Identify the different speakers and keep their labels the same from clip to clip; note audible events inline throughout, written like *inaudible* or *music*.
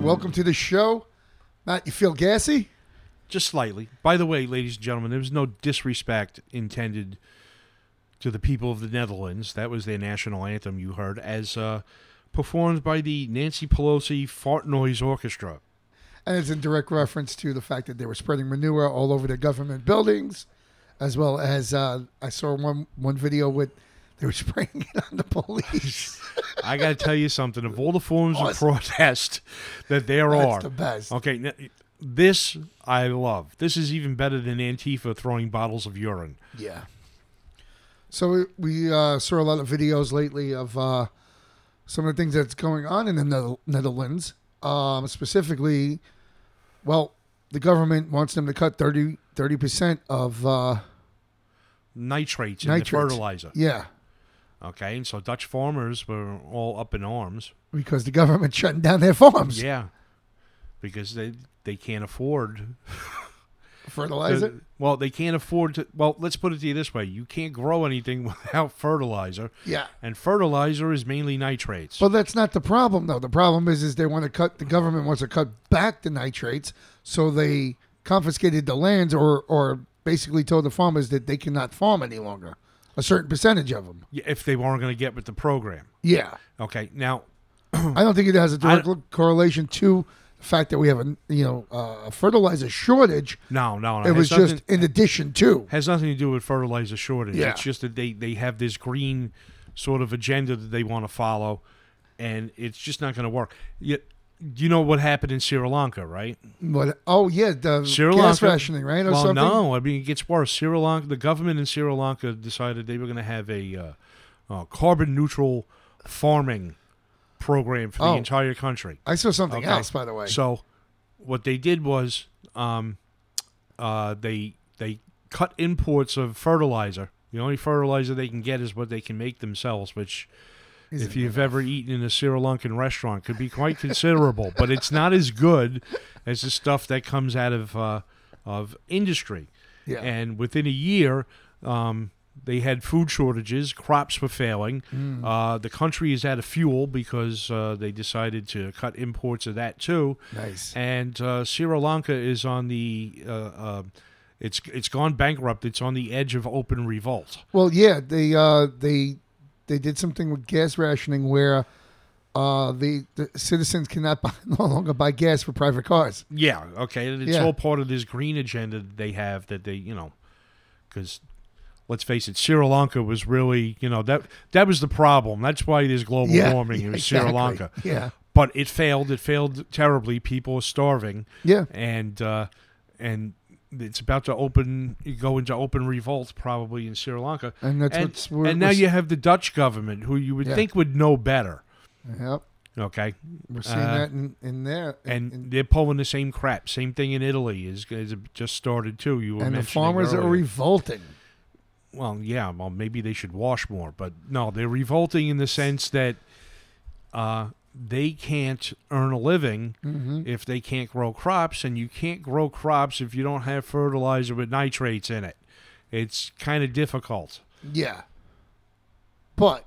Speaker 1: Welcome to the show. Matt, you feel gassy?
Speaker 2: just slightly. By the way, ladies and gentlemen, there was no disrespect intended to the people of the Netherlands. That was their national anthem you heard, as uh, performed by the Nancy Pelosi Fart Noise Orchestra.
Speaker 1: And it's in direct reference to the fact that they were spreading manure all over the government buildings, as well as uh, I saw one one video with they were *laughs* spraying it on the police.
Speaker 2: I got to tell you something. Of all the forms of
Speaker 1: Awesome.
Speaker 2: protest that there
Speaker 1: That's
Speaker 2: are,
Speaker 1: the best.
Speaker 2: Okay, n- this I love. This is even better than Antifa throwing bottles of urine.
Speaker 1: Yeah. So we, we uh, saw a lot of videos lately of uh, some of the things that's going on in the Nether- Netherlands. Um, specifically, well, the government wants them to cut 30 percent of uh,
Speaker 2: Nitrates in
Speaker 1: nitrates.
Speaker 2: the fertilizer.
Speaker 1: Yeah,
Speaker 2: Okay, and so Dutch farmers were all up in arms.
Speaker 1: because the government *laughs* shutting down their *laughs* farms.
Speaker 2: Yeah, because they they can't afford.
Speaker 1: Fertilizer.
Speaker 2: to- well, they can't afford to. Well, let's put it to you this way: you can't grow anything *laughs* without fertilizer,
Speaker 1: yeah.
Speaker 2: and fertilizer is mainly nitrates.
Speaker 1: But that's not the problem, though. The problem is, is they want to cut. The government wants to cut back the nitrates, so they confiscated the lands, or or basically told the farmers that they cannot farm any longer, a certain percentage of them.
Speaker 2: Yeah, if they weren't going to get with the program,
Speaker 1: Yeah,
Speaker 2: okay. Now, Hmm.
Speaker 1: I don't think it has a direct correlation to the fact that we have a you know uh, a fertilizer shortage.
Speaker 2: no, no, no.
Speaker 1: It was
Speaker 2: has nothing-
Speaker 1: just in addition to.
Speaker 2: has nothing to do with fertilizer shortage.
Speaker 1: Yeah.
Speaker 2: It's just that they, they have this green sort of agenda that they want to follow, and it's just not going to work. Yet, you know what happened in Sri Lanka, right?
Speaker 1: What? Oh yeah, the
Speaker 2: Sri
Speaker 1: gas
Speaker 2: Lanka
Speaker 1: rationing, right, or
Speaker 2: well,
Speaker 1: something.
Speaker 2: no, I mean it gets worse. Sri Lanka, the government in Sri Lanka decided they were going to have a uh, uh, carbon neutral farming program for
Speaker 1: Oh.
Speaker 2: the entire country.
Speaker 1: I saw something
Speaker 2: Okay.
Speaker 1: else, by the way.
Speaker 2: So, what they did was, um, uh, they they cut imports of fertilizer. The only fertilizer they can get is what they can make themselves, which, if you've ever eaten in a Sri Lankan restaurant, could be quite considerable. but it's not as good as the stuff that comes out of uh, of industry.
Speaker 1: Yeah.
Speaker 2: And within a year, um, they had food shortages, crops were failing.
Speaker 1: Mm.
Speaker 2: Uh, the country is out of fuel because uh, they decided to cut imports of that too.
Speaker 1: nice.
Speaker 2: And uh, Sri Lanka is on the. Uh, uh, it's, it's gone bankrupt. It's on the edge of open revolt.
Speaker 1: Well, yeah, they uh, they they did something with gas rationing where uh, the, the citizens cannot *laughs* buy, no longer buy gas for private cars.
Speaker 2: Yeah. Okay. and It's
Speaker 1: Yeah.
Speaker 2: all part of this green agenda that they have that they, you know, because let's face it, Sri Lanka was really, you know, that that was the problem. That's why there's global
Speaker 1: yeah, *laughs*
Speaker 2: warming in
Speaker 1: yeah,
Speaker 2: Sri
Speaker 1: exactly.
Speaker 2: Lanka.
Speaker 1: Yeah,
Speaker 2: But it failed. It failed terribly. People are starving,
Speaker 1: yeah.
Speaker 2: and uh, and it's about to open go into open revolt probably in Sri Lanka.
Speaker 1: And that's
Speaker 2: and,
Speaker 1: what's we're,
Speaker 2: and now you have the Dutch government, who you would
Speaker 1: Yeah.
Speaker 2: think would know better.
Speaker 1: yeah,
Speaker 2: Okay,
Speaker 1: we're seeing
Speaker 2: Uh,
Speaker 1: that in, in there in-
Speaker 2: and
Speaker 1: in-
Speaker 2: they're pulling the same crap. Same thing in Italy is, is just started too. You were
Speaker 1: and the
Speaker 2: mentioning
Speaker 1: farmers
Speaker 2: earlier.
Speaker 1: are revolting.
Speaker 2: well, yeah. Well, maybe they should wash more, but no, they're revolting in the sense that uh, they can't earn a living
Speaker 1: hmm
Speaker 2: if they can't grow crops, and you can't grow crops if you don't have fertilizer with nitrates in it. It's kind of difficult.
Speaker 1: Yeah, but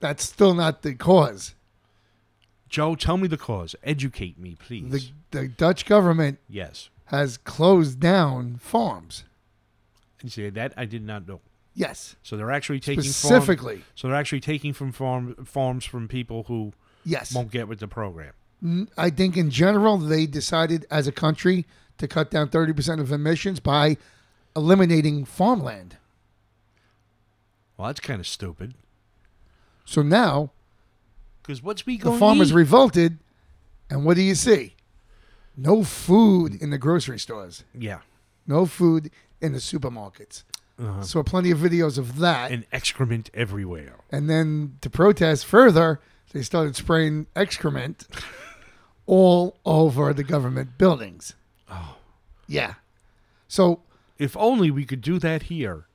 Speaker 1: that's still not the cause.
Speaker 2: Joe, tell me the cause. Educate me, please.
Speaker 1: The the Dutch government
Speaker 2: yes.
Speaker 1: has closed down farms.
Speaker 2: You see that I did not know.
Speaker 1: Yes,
Speaker 2: So they're actually taking farm,
Speaker 1: specifically.
Speaker 2: So they're actually taking from farm farms from people who
Speaker 1: Yes.
Speaker 2: won't get with the program.
Speaker 1: N- I think in general they decided as a country to cut down 30% of emissions by eliminating farmland.
Speaker 2: Well, that's kind of stupid.
Speaker 1: So now
Speaker 2: Because what's we
Speaker 1: the
Speaker 2: going?
Speaker 1: farmers
Speaker 2: eat?
Speaker 1: revolted and what do you see? No food in the grocery stores.
Speaker 2: yeah,
Speaker 1: No food in the supermarkets.
Speaker 2: Uh-huh.
Speaker 1: So plenty of videos of that. And,
Speaker 2: and excrement everywhere.
Speaker 1: then to protest further, they started spraying excrement all over the government buildings. Oh. Yeah. So
Speaker 2: If only we could do that here.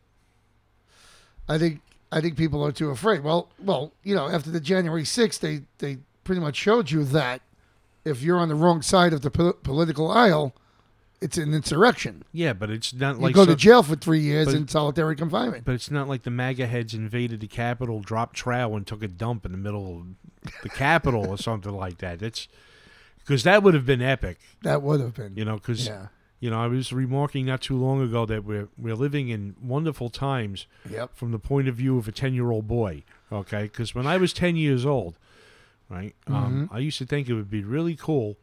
Speaker 1: I think I think people are too afraid. Well, well, you know, after the January 6th, they they pretty much showed you that if you're on the wrong side of the pol- political aisle, it's an insurrection.
Speaker 2: Yeah, but it's not
Speaker 1: You
Speaker 2: like
Speaker 1: go
Speaker 2: so-
Speaker 1: to jail for three years
Speaker 2: but-
Speaker 1: in solitary confinement.
Speaker 2: But it's not like the MAGA heads invaded the Capitol, dropped trowel, and took a dump in the middle of the Capitol or something like that. It's because that would have been epic.
Speaker 1: That would have been.
Speaker 2: You know, because
Speaker 1: yeah.
Speaker 2: you know I was remarking not too long ago that we're we're living in wonderful times
Speaker 1: Yep.
Speaker 2: from the point of view of a ten year old boy. Okay, because when I was ten years old, right, um, I used to think it would be really cool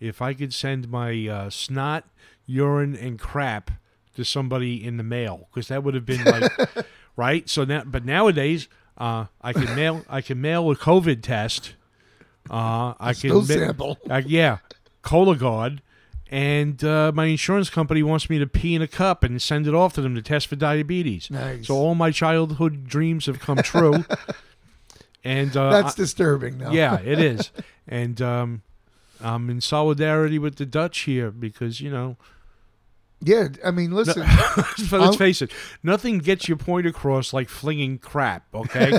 Speaker 2: if I could send my uh, snot, urine, and crap to somebody in the mail because that would have been like right. So now, but nowadays. Uh, I can mail. I can mail a COVID test. Uh, I can
Speaker 1: Still
Speaker 2: ma-
Speaker 1: sample. *laughs*
Speaker 2: uh, yeah, Cola God. And uh, my insurance company wants me to pee in a cup and send it off to them to test for diabetes.
Speaker 1: Nice.
Speaker 2: So all my childhood dreams have
Speaker 1: *laughs*
Speaker 2: come true. and uh,
Speaker 1: That's disturbing. Now.
Speaker 2: I- yeah, it is. And um, I'm in solidarity with the Dutch here because you know, *laughs*
Speaker 1: Yeah. I mean, listen.
Speaker 2: but let's face it, nothing gets your point across like flinging crap.
Speaker 1: *laughs*
Speaker 2: Okay,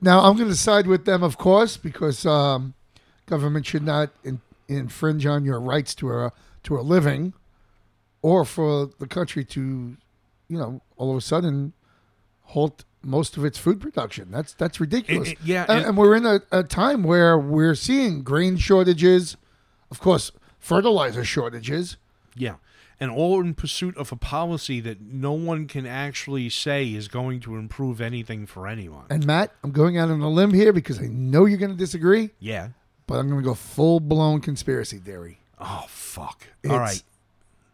Speaker 1: Now I'm going to side with them, of course, because um, government should not in, infringe on your rights to a to a living, or for the country to, you know, all of a sudden halt most of its food production. That's that's ridiculous.
Speaker 2: It- it- yeah,
Speaker 1: and,
Speaker 2: and-
Speaker 1: and we're in a, a time where we're seeing grain shortages, of course, fertilizer shortages.
Speaker 2: yeah, and all in pursuit of a policy that no one can actually say is going to improve anything for anyone.
Speaker 1: And Matt, I'm going out on a limb here because I know you're going to disagree,
Speaker 2: Yeah.
Speaker 1: but I'm going to go full blown conspiracy theory.
Speaker 2: Oh fuck!
Speaker 1: It's,
Speaker 2: All right.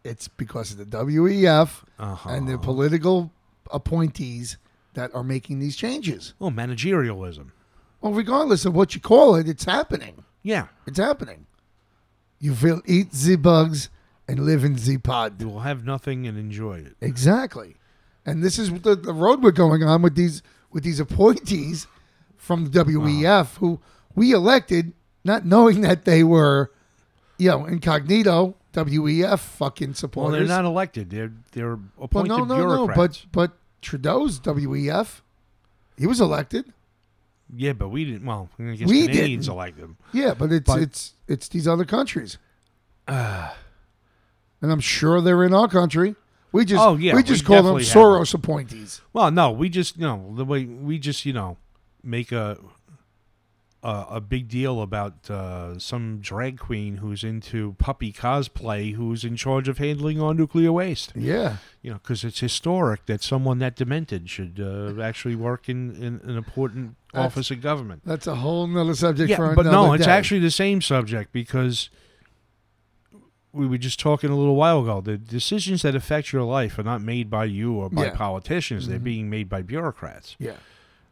Speaker 1: It's because of the WEF
Speaker 2: Uh-huh.
Speaker 1: and the political appointees that are making these changes.
Speaker 2: oh, managerialism.
Speaker 1: Well, regardless of what you call it, it's happening.
Speaker 2: Yeah,
Speaker 1: It's happening. You will eat the bugs and live in the
Speaker 2: you
Speaker 1: pod.
Speaker 2: will have nothing and enjoy it.
Speaker 1: Exactly. And this is the, the road we're going on with these with these appointees from the WEF
Speaker 2: Uh-huh.
Speaker 1: who we elected not knowing that they were, you know, incognito WEF fucking
Speaker 2: Well,
Speaker 1: supporters.
Speaker 2: they're not elected. They're they're
Speaker 1: Well,
Speaker 2: appointed
Speaker 1: no, no, no.
Speaker 2: bureaucrats.
Speaker 1: But but Trudeau's WEF, he was elected.
Speaker 2: yeah, but we didn't. Well, I guess
Speaker 1: We
Speaker 2: Canadians
Speaker 1: didn't.
Speaker 2: elect them.
Speaker 1: Yeah, but it's
Speaker 2: But- Uh.
Speaker 1: it's it's these other countries, and I'm sure they're in our country. We just
Speaker 2: Oh, yeah,
Speaker 1: we
Speaker 2: we
Speaker 1: just call them
Speaker 2: definitely have
Speaker 1: Soros appointees.
Speaker 2: Well, no, we just you know the way we just you know make a a, a big deal about uh, some drag queen who's into puppy cosplay who's in charge of handling our nuclear waste.
Speaker 1: Yeah,
Speaker 2: You know, because it's historic that someone that demented should uh, actually work in, in an important
Speaker 1: That's-
Speaker 2: office of government.
Speaker 1: that's a whole nother subject for
Speaker 2: but
Speaker 1: another
Speaker 2: no, it's
Speaker 1: day.
Speaker 2: actually the same subject because we were just talking a little while ago. The decisions that affect your life are not made by you or by
Speaker 1: Yeah.
Speaker 2: politicians; they're being made by bureaucrats.
Speaker 1: yeah.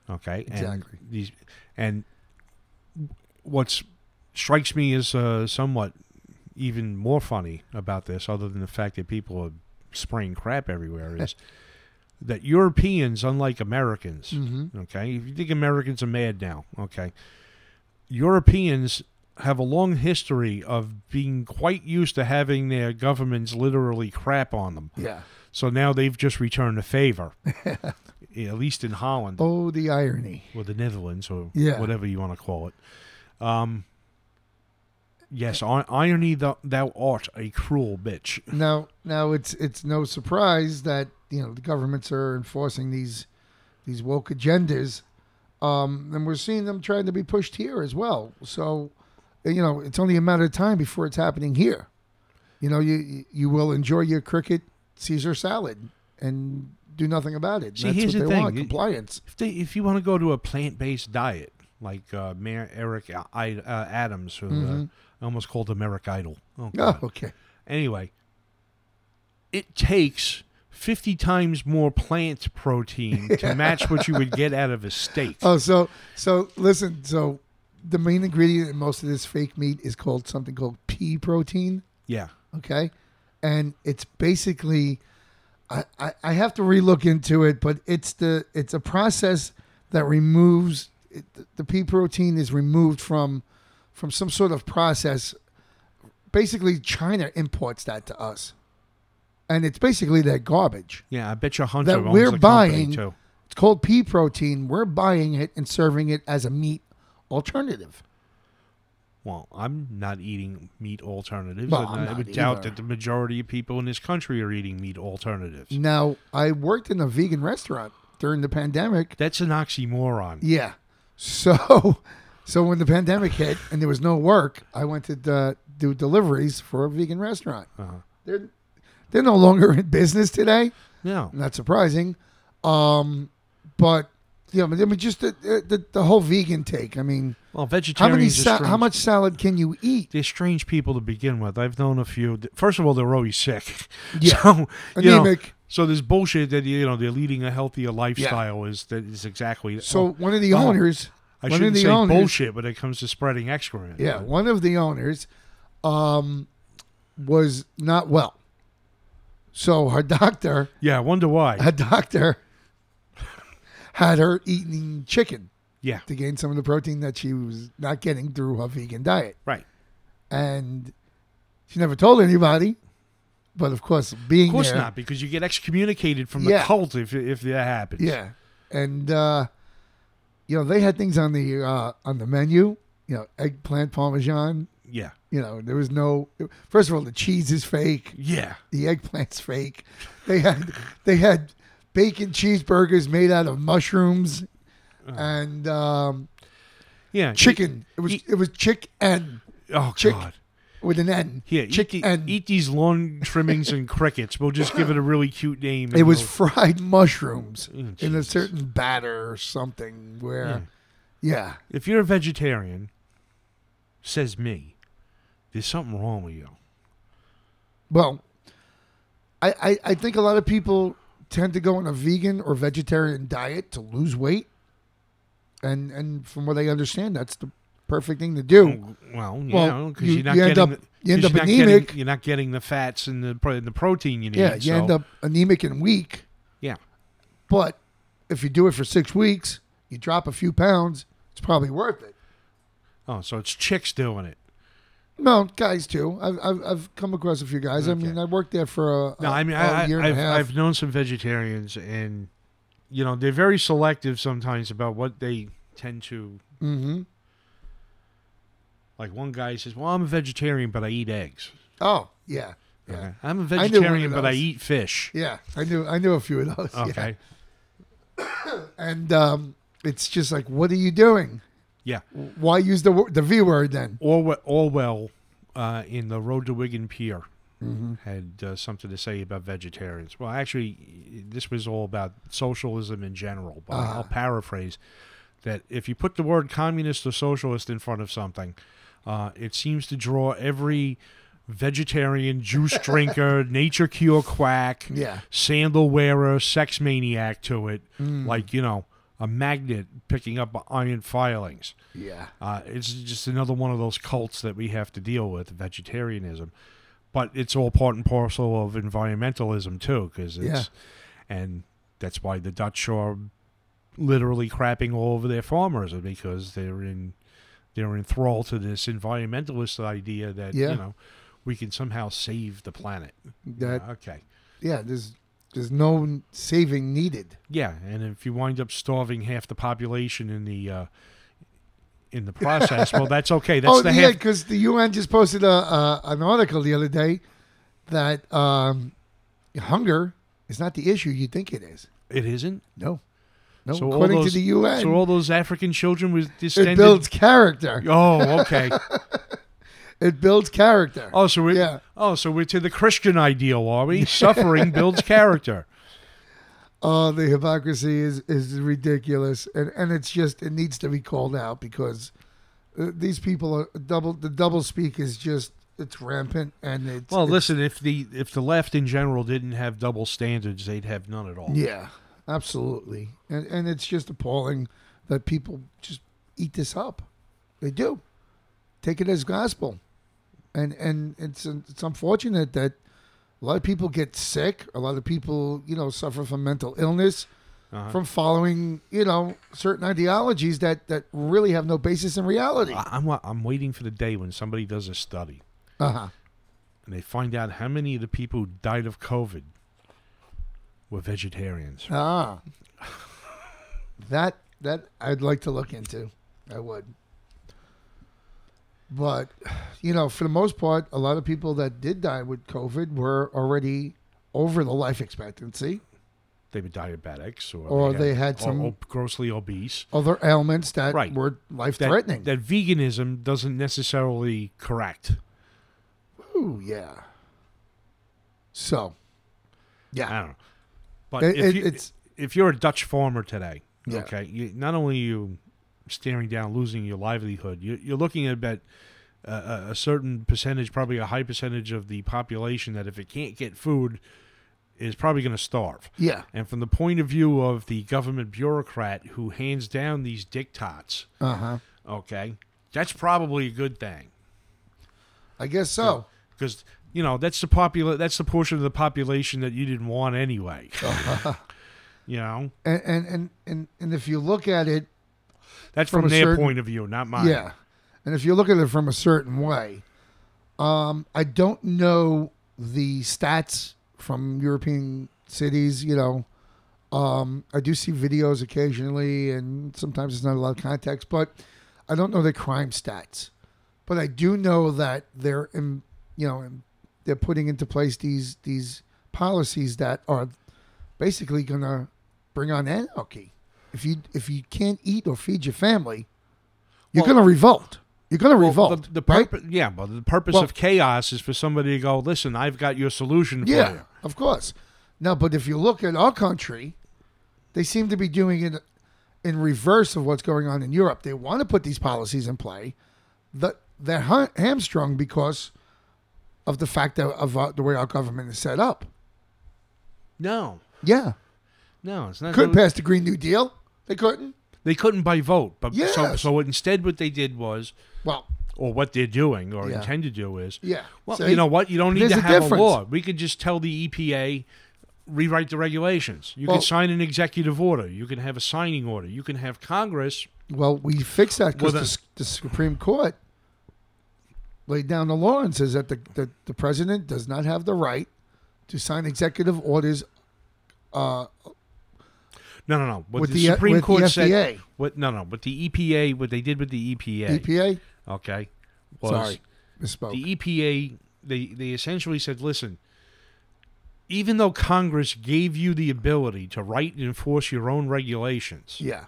Speaker 2: Okay,
Speaker 1: Exactly.
Speaker 2: And these and what strikes me as uh, somewhat even more funny about this, other than the fact that people are spraying crap
Speaker 1: *laughs*
Speaker 2: everywhere, is that Europeans, unlike Americans,
Speaker 1: Mhm.
Speaker 2: Okay, if you think Americans are mad now, okay, Europeans have a long history of being quite used to having their governments literally crap on them.
Speaker 1: Yeah.
Speaker 2: So now they've just returned the favor, at least in Holland
Speaker 1: Oh, the irony.
Speaker 2: or the Netherlands or
Speaker 1: Yeah.
Speaker 2: whatever you want to call it. Um, yes, ir- irony thou, thou art a cruel bitch.
Speaker 1: Now, now it's it's no surprise that you know the governments are enforcing these these woke agendas, um, and we're seeing them trying to be pushed here as well. So, you know, it's only a matter of time before it's happening here. You know, you you will enjoy your cricket Caesar salad and do nothing about it.
Speaker 2: See,
Speaker 1: That's
Speaker 2: here's
Speaker 1: what
Speaker 2: the
Speaker 1: they
Speaker 2: thing.
Speaker 1: want
Speaker 2: You-
Speaker 1: compliance. *laughs*
Speaker 2: If, they, if you want to go to a plant based diet, like uh, Mayor Eric I- I- uh, Adams, who
Speaker 1: Mm-hmm.
Speaker 2: uh, I almost called him Eric Idle. Oh,
Speaker 1: Oh,
Speaker 2: God.
Speaker 1: okay.
Speaker 2: Anyway, it takes 50 times more plant protein
Speaker 1: *laughs*
Speaker 2: to match what you would get out of a steak.
Speaker 1: Oh, so so listen. So the main ingredient in most of this fake meat is called something called pea protein.
Speaker 2: yeah.
Speaker 1: okay and it's basically I, I i have to relook into it but it's the it's a process that removes it, the pea protein is removed from from some sort of process basically china imports that to us and it's basically their garbage
Speaker 2: Yeah, I bet your hunter
Speaker 1: That
Speaker 2: owns
Speaker 1: we're
Speaker 2: the company,
Speaker 1: buying-
Speaker 2: too.
Speaker 1: it's called pea protein we're buying it and serving it as a meat alternative
Speaker 2: Well, I'm not eating meat alternatives.
Speaker 1: Well,
Speaker 2: and
Speaker 1: I'm
Speaker 2: I
Speaker 1: not
Speaker 2: would doubt
Speaker 1: either.
Speaker 2: that the majority of people in this country are eating meat alternatives.
Speaker 1: now i worked in a vegan restaurant during the pandemic
Speaker 2: That's an oxymoron.
Speaker 1: Yeah. So *laughs* So when the pandemic hit and there was no work, I went to uh, do deliveries for a vegan restaurant.
Speaker 2: Uh-huh.
Speaker 1: They're they're no longer in business today.
Speaker 2: No.
Speaker 1: Not surprising, um, but yeah, I mean just the, the the whole vegan take. I mean,
Speaker 2: Well,
Speaker 1: how
Speaker 2: vegetarians.
Speaker 1: many
Speaker 2: are
Speaker 1: sa-
Speaker 2: strange.
Speaker 1: how much salad can you eat?
Speaker 2: They're strange people to begin with. I've known a few. th- First of all, they're always sick. *laughs*
Speaker 1: Yeah.
Speaker 2: So, you know,
Speaker 1: Anemic.
Speaker 2: so this bullshit that you know they're leading a healthier lifestyle is that is exactly.
Speaker 1: So
Speaker 2: well,
Speaker 1: one of the
Speaker 2: oh,
Speaker 1: owners,
Speaker 2: I
Speaker 1: one of
Speaker 2: shouldn't
Speaker 1: the
Speaker 2: say
Speaker 1: owners,
Speaker 2: bullshit, but it comes to spreading excrement.
Speaker 1: yeah, one of the owners, um, was not well. So her doctor,
Speaker 2: Yeah. I wonder why.
Speaker 1: her doctor, had her eating chicken
Speaker 2: Yeah.
Speaker 1: to gain some of the protein that she was not getting through her vegan diet,
Speaker 2: Right.
Speaker 1: and she never told anybody. But of course, being
Speaker 2: Of course
Speaker 1: there,
Speaker 2: not, because you get excommunicated from the
Speaker 1: Yeah.
Speaker 2: cult if if that happens.
Speaker 1: Yeah, and uh, you know they had things on the uh, on the menu. You know, eggplant parmesan.
Speaker 2: Yeah.
Speaker 1: You know, there was no. First of all, the cheese is fake.
Speaker 2: Yeah.
Speaker 1: The eggplant's fake. They had they had bacon cheeseburgers made out of mushrooms
Speaker 2: Uh-huh.
Speaker 1: and um,
Speaker 2: Yeah.
Speaker 1: chicken. It was
Speaker 2: Eat-
Speaker 1: it was chick n
Speaker 2: Oh
Speaker 1: chick-
Speaker 2: God.
Speaker 1: with an n.
Speaker 2: Here, eat,
Speaker 1: chick
Speaker 2: the-
Speaker 1: n.
Speaker 2: eat these lawn trimmings
Speaker 1: *laughs*
Speaker 2: and crickets. We'll just give it a really cute name. and
Speaker 1: it was
Speaker 2: we'll-
Speaker 1: fried mushrooms
Speaker 2: Oh,
Speaker 1: in a
Speaker 2: Jesus.
Speaker 1: certain batter or something. Where, yeah,
Speaker 2: if you're a vegetarian, says me, there's something wrong with you.
Speaker 1: Well, I, I, I think a lot of people tend to go on a vegan or vegetarian diet to lose weight. And and from what I understand, that's the perfect thing to
Speaker 2: Oh,
Speaker 1: do.
Speaker 2: Well,
Speaker 1: Well,
Speaker 2: yeah, because
Speaker 1: you-
Speaker 2: you, are not
Speaker 1: you end
Speaker 2: getting
Speaker 1: up-
Speaker 2: the,
Speaker 1: you end
Speaker 2: 'cause
Speaker 1: up
Speaker 2: you're not
Speaker 1: anemic.
Speaker 2: Getting, you're not getting the fats and the pro- the protein you need.
Speaker 1: yeah, you
Speaker 2: so-
Speaker 1: end up anemic and weak.
Speaker 2: Yeah,
Speaker 1: But if you do it for six weeks, you drop a few pounds, it's probably worth it.
Speaker 2: oh, so it's chicks doing it.
Speaker 1: No, guys too. I've I've, I've come across a few guys. I mean,
Speaker 2: Okay.
Speaker 1: I worked there for a,
Speaker 2: No,
Speaker 1: a-
Speaker 2: I mean,
Speaker 1: a
Speaker 2: I, I,
Speaker 1: Oh, year and
Speaker 2: I've,
Speaker 1: a half.
Speaker 2: I've known some vegetarians, and you know, they're very selective sometimes about what they tend to.
Speaker 1: hmm
Speaker 2: Like one guy says, "Well, I'm a vegetarian, but I eat eggs."
Speaker 1: Oh yeah, Yeah.
Speaker 2: Okay. I'm
Speaker 1: one
Speaker 2: a
Speaker 1: of
Speaker 2: vegetarian, but I
Speaker 1: those.
Speaker 2: eat fish.
Speaker 1: yeah. I knew I knew a few of those. *laughs* Yeah.
Speaker 2: Okay.
Speaker 1: and um, it's just like, what are you doing?
Speaker 2: Yeah.
Speaker 1: Why use the wo- the V word then?
Speaker 2: Orwell, Orwell uh, in The Road to Wigan Pier
Speaker 1: Mm-hmm.
Speaker 2: had uh, something to say about vegetarians. Well, actually, this was all about socialism in general, but
Speaker 1: Ah.
Speaker 2: I'll paraphrase that if you put the word communist or socialist in front of something, uh, it seems to draw every
Speaker 1: *laughs*
Speaker 2: vegetarian, juice drinker, nature cure quack,
Speaker 1: Yeah.
Speaker 2: sandal wearer, sex maniac to it,
Speaker 1: Mm.
Speaker 2: like, you know, a magnet picking up iron filings.
Speaker 1: Yeah.
Speaker 2: Uh, it's just another one of those cults that we have to deal with, vegetarianism. But it's all part and parcel of environmentalism too, because it's and that's why the Dutch are literally crapping all over their farmers uh, because they're in they're in thrall to this environmentalist idea that
Speaker 1: Yeah.
Speaker 2: you know we can somehow save the planet. Uh,
Speaker 1: That
Speaker 2: okay,
Speaker 1: yeah, there's there's no saving needed.
Speaker 2: yeah, and if you wind up starving half the population in the uh, in the process, well, that's okay. That's
Speaker 1: oh
Speaker 2: the
Speaker 1: yeah,
Speaker 2: half
Speaker 1: because the UN just posted a, a an article the other day that um, hunger is not the issue you think it is.
Speaker 2: It isn't.
Speaker 1: No. No,
Speaker 2: So all
Speaker 1: according
Speaker 2: those-
Speaker 1: to the UN,
Speaker 2: So all those African children with
Speaker 1: it
Speaker 2: distended.
Speaker 1: builds character. *laughs*
Speaker 2: Oh, okay.
Speaker 1: It builds character.
Speaker 2: Oh, so we're
Speaker 1: Yeah.
Speaker 2: oh, so we're to the Christian ideal, are we? Suffering
Speaker 1: *laughs*
Speaker 2: builds character.
Speaker 1: Oh, the hypocrisy is is ridiculous, and and it's just it needs to be called out because uh, these people are double the double speak is just it's rampant and it's
Speaker 2: Well,
Speaker 1: it's-
Speaker 2: listen, if the if the left in general didn't have double standards, they'd have none at all.
Speaker 1: yeah, absolutely, and and it's just appalling that people just eat this up. They do take it as gospel, and and it's it's unfortunate that a lot of people get sick, a lot of people you know suffer from mental illness.
Speaker 2: Uh-huh.
Speaker 1: from following, you know, certain ideologies that that really have no basis in reality.
Speaker 2: I- I'm wa- I'm waiting for the day when somebody does a study
Speaker 1: Uh-huh.
Speaker 2: and they find out how many of the people who died of COVID were vegetarians.
Speaker 1: Ah. That that I'd like to look into. I would. But you know, for the most part, a lot of people that did die with COVID were already over the life expectancy.
Speaker 2: they were diabetics or,
Speaker 1: Or they had
Speaker 2: or-
Speaker 1: some-
Speaker 2: or grossly obese.
Speaker 1: Other ailments that
Speaker 2: Right.
Speaker 1: were life
Speaker 2: That,
Speaker 1: threatening.
Speaker 2: that veganism doesn't necessarily correct.
Speaker 1: Ooh, yeah. So,
Speaker 2: I
Speaker 1: yeah,
Speaker 2: don't know. Uh, But
Speaker 1: It-
Speaker 2: if,
Speaker 1: it-
Speaker 2: you,
Speaker 1: it's-
Speaker 2: if you're a Dutch farmer today,
Speaker 1: Yeah.
Speaker 2: okay, you, not only are you staring down losing your livelihood, you, you're looking at about uh, a- a certain percentage, probably a high percentage of the population that if it can't get food, is probably going to starve.
Speaker 1: yeah.
Speaker 2: And from the point of view of the government bureaucrat who hands down these diktats,
Speaker 1: Uh huh.
Speaker 2: okay, that's probably a good thing
Speaker 1: I guess so.
Speaker 2: because you know that's the popula- that's the portion of the population that you didn't
Speaker 1: *laughs*
Speaker 2: want anyway. you know,
Speaker 1: And and and and, and if you look at it,
Speaker 2: that's
Speaker 1: From
Speaker 2: from,
Speaker 1: a
Speaker 2: their
Speaker 1: certain-
Speaker 2: point of view, not mine.
Speaker 1: Yeah. And if you look at it from a certain way, um, I don't know the stats from European cities, you know. Um, I do see videos occasionally and sometimes it's not a lot of context, but I don't know the crime stats. But I do know that they're in, you know, in- they're putting into place these these policies that are basically gonna bring on anarchy. If you if you can't eat or feed your family, you're
Speaker 2: Well-
Speaker 1: going to revolt. You're going to
Speaker 2: Well,
Speaker 1: revolt.
Speaker 2: The, the
Speaker 1: right?
Speaker 2: purpose, yeah, but the purpose
Speaker 1: Well-
Speaker 2: of chaos is for somebody to go, listen, I've got your solution for
Speaker 1: Yeah,
Speaker 2: you.
Speaker 1: of course. Now, but if you look at our country, they seem to be doing it in reverse of what's going on in Europe. They want to put these policies in play. That they're ha- hamstrung because of the fact that, of uh, the way our government is set up.
Speaker 2: No,
Speaker 1: Yeah,
Speaker 2: no, it's not.
Speaker 1: couldn't pass the Green New Deal. They couldn't.
Speaker 2: They couldn't by vote, but so
Speaker 1: Yes.
Speaker 2: so instead, what they did was,
Speaker 1: Well,
Speaker 2: or what they're doing or
Speaker 1: Yeah.
Speaker 2: intend to do is,
Speaker 1: yeah.
Speaker 2: Well,
Speaker 1: See?
Speaker 2: you know what? You don't need
Speaker 1: There's
Speaker 2: to
Speaker 1: a
Speaker 2: have
Speaker 1: difference.
Speaker 2: a law. We could just tell the EPA rewrite the regulations. You
Speaker 1: Well-
Speaker 2: can sign an executive order. You can have a signing order. You can have Congress.
Speaker 1: Well, we fixed that
Speaker 2: Well,
Speaker 1: because
Speaker 2: then-
Speaker 1: the, the Supreme Court laid down the law and says that the, the, the president does not have the right to sign executive orders uh,
Speaker 2: No, no, no. What
Speaker 1: With
Speaker 2: the,
Speaker 1: the- E
Speaker 2: Supreme
Speaker 1: with the
Speaker 2: Court said.
Speaker 1: FDA.
Speaker 2: What? No, no. What the EPA? What they did with the E EPA?
Speaker 1: EPA.
Speaker 2: okay. Was
Speaker 1: E Sorry, misspoke.
Speaker 2: the EPA? They they essentially said, listen. Even though Congress gave you the ability to write and enforce your own regulations,
Speaker 1: yeah,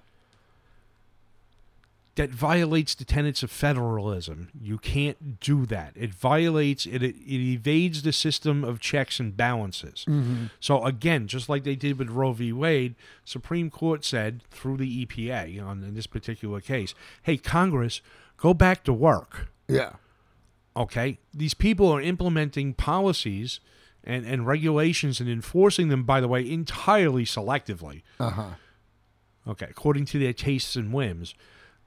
Speaker 2: that violates the tenets of federalism. You can't do that. It violates it. It, it evades the system of checks and balances.
Speaker 1: Mm-hmm.
Speaker 2: So again, just like they did with Roe v. Wade, Supreme Court said through the EPA on in this particular case, "Hey, Congress, go back to work."
Speaker 1: yeah,
Speaker 2: Okay, these people are implementing policies. And, and regulations and enforcing them, by the way, entirely selectively
Speaker 1: uh huh,
Speaker 2: okay, according to their tastes and whims,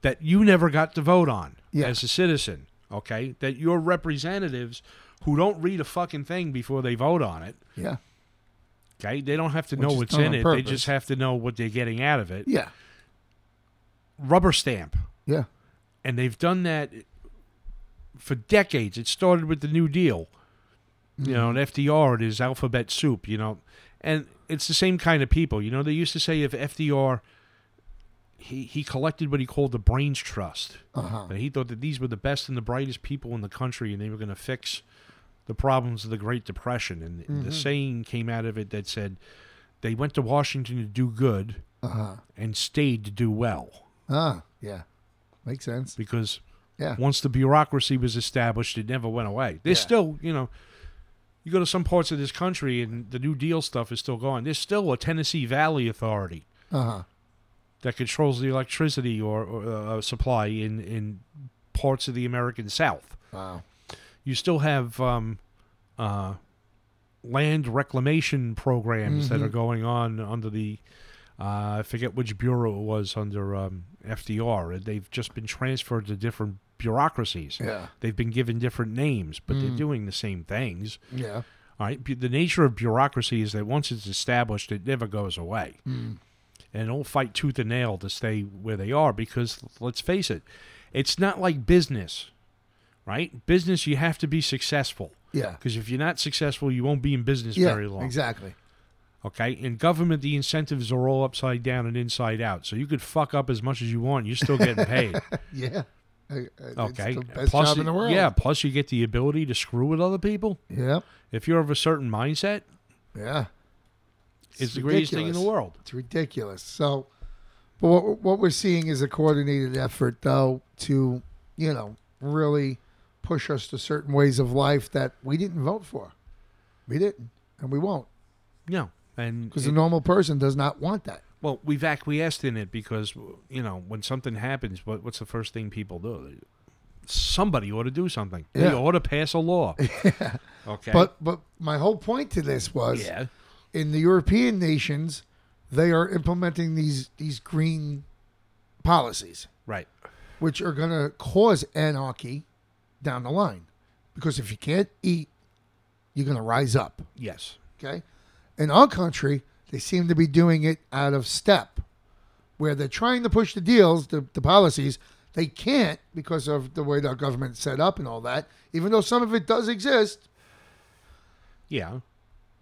Speaker 2: that you never got to vote on
Speaker 1: Yeah.
Speaker 2: as a citizen, okay? That your representatives who don't read a fucking thing before they vote on it,
Speaker 1: yeah,
Speaker 2: okay? They don't have to
Speaker 1: Which
Speaker 2: know
Speaker 1: is
Speaker 2: what's
Speaker 1: done
Speaker 2: in
Speaker 1: on
Speaker 2: it. They
Speaker 1: purpose.
Speaker 2: just have to know what they're getting out of it.
Speaker 1: yeah,
Speaker 2: Rubber stamp.
Speaker 1: yeah,
Speaker 2: And they've done that for decades. It started with the New Deal. You know, and FDR, it is alphabet soup, you know. And it's the same kind of people. You know, they used to say if FDR, he, he collected what he called the Brains Trust.
Speaker 1: uh huh,
Speaker 2: And he thought that these were the best and the brightest people in the country, and they were going to fix the problems of the Great Depression. And the saying came out of it that said, "They went to Washington to do good
Speaker 1: uh huh,
Speaker 2: and stayed to do well,"
Speaker 1: ah, yeah, makes sense.
Speaker 2: because
Speaker 1: Yeah.
Speaker 2: once the bureaucracy was established, it never went away. There's
Speaker 1: Yeah.
Speaker 2: still, you know, you go to some parts of this country, and the New Deal stuff is still going. There's still a Tennessee Valley Authority
Speaker 1: Uh huh. that
Speaker 2: that controls the electricity or, or uh, supply in in parts of the American South.
Speaker 1: Wow.
Speaker 2: you still have um, uh, land reclamation programs
Speaker 1: Mm-hmm.
Speaker 2: that are going on under the uh, I forget which bureau it was under um, FDR. and They've just been transferred to different bureaucracies.
Speaker 1: Yeah.
Speaker 2: They've been given different names, but
Speaker 1: Mm.
Speaker 2: they're doing the same things.
Speaker 1: Yeah.
Speaker 2: All right. Bu- The nature of bureaucracy is that once it's established, it never goes away.
Speaker 1: Hmm.
Speaker 2: And they'll fight tooth and nail to stay where they are because, let's face it, it's not like business, right? Business, you have to be successful
Speaker 1: Yeah.
Speaker 2: because if you're not successful, you won't be in business
Speaker 1: Yeah.
Speaker 2: very long.
Speaker 1: Exactly.
Speaker 2: Okay. In government, the incentives are all upside down and inside out. So you could fuck up as much as you want. You're still
Speaker 1: *laughs*
Speaker 2: getting paid.
Speaker 1: Yeah. I- I-
Speaker 2: Okay.
Speaker 1: It's the best job in the world.
Speaker 2: Yeah. Plus, you get the ability to screw with other people.
Speaker 1: Yep.
Speaker 2: If you're of a certain mindset,
Speaker 1: Yeah.
Speaker 2: It's, the greatest thing in the
Speaker 1: ridiculous.
Speaker 2: world.
Speaker 1: It's ridiculous. So, but what what we're seeing is a coordinated effort, though, to you know really push us to certain ways of life that we didn't vote for. We didn't, and we won't,
Speaker 2: No, and
Speaker 1: because the normal person does not want that.
Speaker 2: well, we've acquiesced in it because you know when something happens, what, what's the first thing people do? Somebody ought to do something. They
Speaker 1: Yeah.
Speaker 2: ought to pass
Speaker 1: *laughs*
Speaker 2: a law. Okay,
Speaker 1: But but my whole point to this was
Speaker 2: yeah,
Speaker 1: in the European nations, they are implementing these these green policies.
Speaker 2: right.
Speaker 1: which are going to cause anarchy down the line. Because if you can't eat, you're going to rise up.
Speaker 2: Yes,
Speaker 1: Okay. In our country, they seem to be doing it out of step, where they're trying to push the deals, the, the policies. They can't because of the way our government's set up and all that, even though some of it does exist,
Speaker 2: yeah,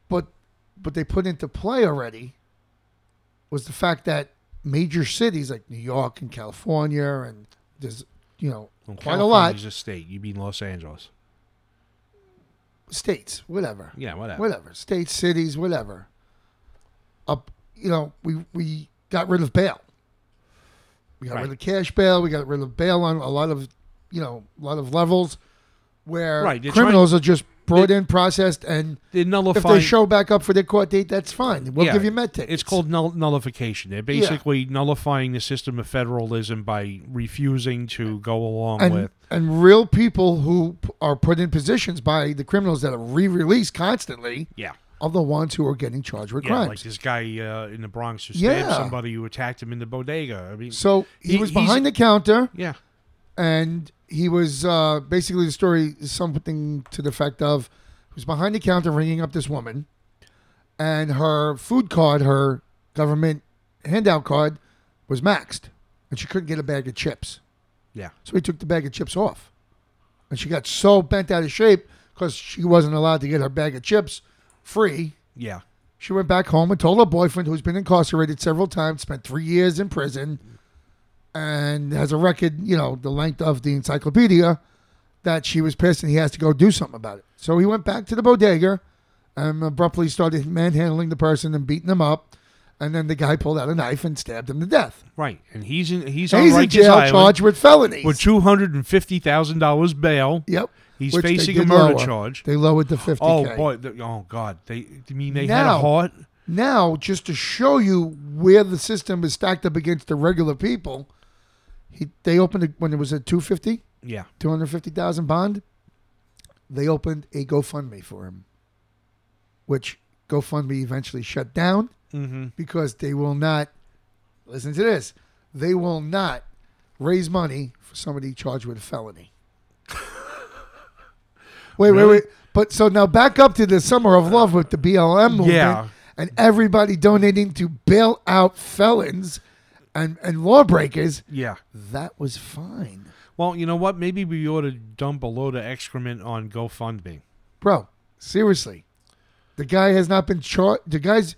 Speaker 1: but but they put into play already was the fact that major cities like New York and California and there's you know
Speaker 2: Well,
Speaker 1: quite a lot
Speaker 2: California's a state. You mean Los Angeles?
Speaker 1: states, whatever,
Speaker 2: Yeah, whatever.
Speaker 1: whatever, states, cities, whatever. Up, you know, we we got rid of bail. We got
Speaker 2: Right.
Speaker 1: rid of cash bail. We got rid of bail on a lot of, you know, a lot of levels, where
Speaker 2: Right, they're
Speaker 1: criminals are just brought in, processed, and
Speaker 2: They
Speaker 1: if
Speaker 2: nullify.
Speaker 1: they show back up for their court date, that's fine. We'll
Speaker 2: Yeah,
Speaker 1: give you med tickets.
Speaker 2: It's called null- nullification. They're basically nullifying the system of federalism by refusing to go along
Speaker 1: and,
Speaker 2: with.
Speaker 1: and real people who p- are put in positions by the criminals that are re-released constantly
Speaker 2: Yeah.
Speaker 1: are the ones who are getting charged with
Speaker 2: Yeah,
Speaker 1: crimes.
Speaker 2: like this guy uh, in the Bronx who stabbed
Speaker 1: Yeah.
Speaker 2: somebody who attacked him in the bodega. I mean,
Speaker 1: so he,
Speaker 2: He-
Speaker 1: was
Speaker 2: he's-
Speaker 1: behind the counter.
Speaker 2: yeah,
Speaker 1: and he was uh, basically the story is something to the effect of he was behind the counter ringing up this woman and her food card her government handout card was maxed and she couldn't get a bag of chips
Speaker 2: yeah,
Speaker 1: so he took the bag of chips off and she got so bent out of shape because she wasn't allowed to get her bag of chips free
Speaker 2: yeah.
Speaker 1: she went back home and told her boyfriend, who's been incarcerated several times, spent three years in prison, and has a record, you know, the length of the encyclopedia, that she was pissed and he has to go do something about it. So he went back to the bodega and abruptly started manhandling the person and beating him up. And then the guy pulled out a knife and stabbed him to death.
Speaker 2: Right. And he's in he's
Speaker 1: And
Speaker 2: on
Speaker 1: he's in
Speaker 2: Rikers
Speaker 1: jail
Speaker 2: Island
Speaker 1: charged with felonies.
Speaker 2: with two hundred and fifty thousand dollars bail.
Speaker 1: yep.
Speaker 2: He's
Speaker 1: Which they
Speaker 2: facing a
Speaker 1: did
Speaker 2: murder
Speaker 1: lower.
Speaker 2: charge.
Speaker 1: They lowered the 50K.
Speaker 2: Oh boy! th- oh God! They you mean they had a
Speaker 1: Now-
Speaker 2: heart?
Speaker 1: Now, just to show you where the system is stacked up against the regular people, he, they opened it when it was at 250,
Speaker 2: Yeah.
Speaker 1: 250,000 bond. They opened a GoFundMe for him, which GoFundMe eventually shut down
Speaker 2: Mm-hmm.
Speaker 1: because they will not listen to this. They will not raise money for somebody charged with a
Speaker 2: *laughs*
Speaker 1: felony. wait,
Speaker 2: Really?
Speaker 1: wait, wait. But so now back up to the summer of love with the BLM movement
Speaker 2: Yeah.
Speaker 1: and everybody donating to bail out felons and, and lawbreakers.
Speaker 2: Yeah.
Speaker 1: That was fine.
Speaker 2: Well, you know what? Maybe we ought to dump a load of excrement on GoFundMe.
Speaker 1: Bro, seriously. The guy has not been charged. The guy's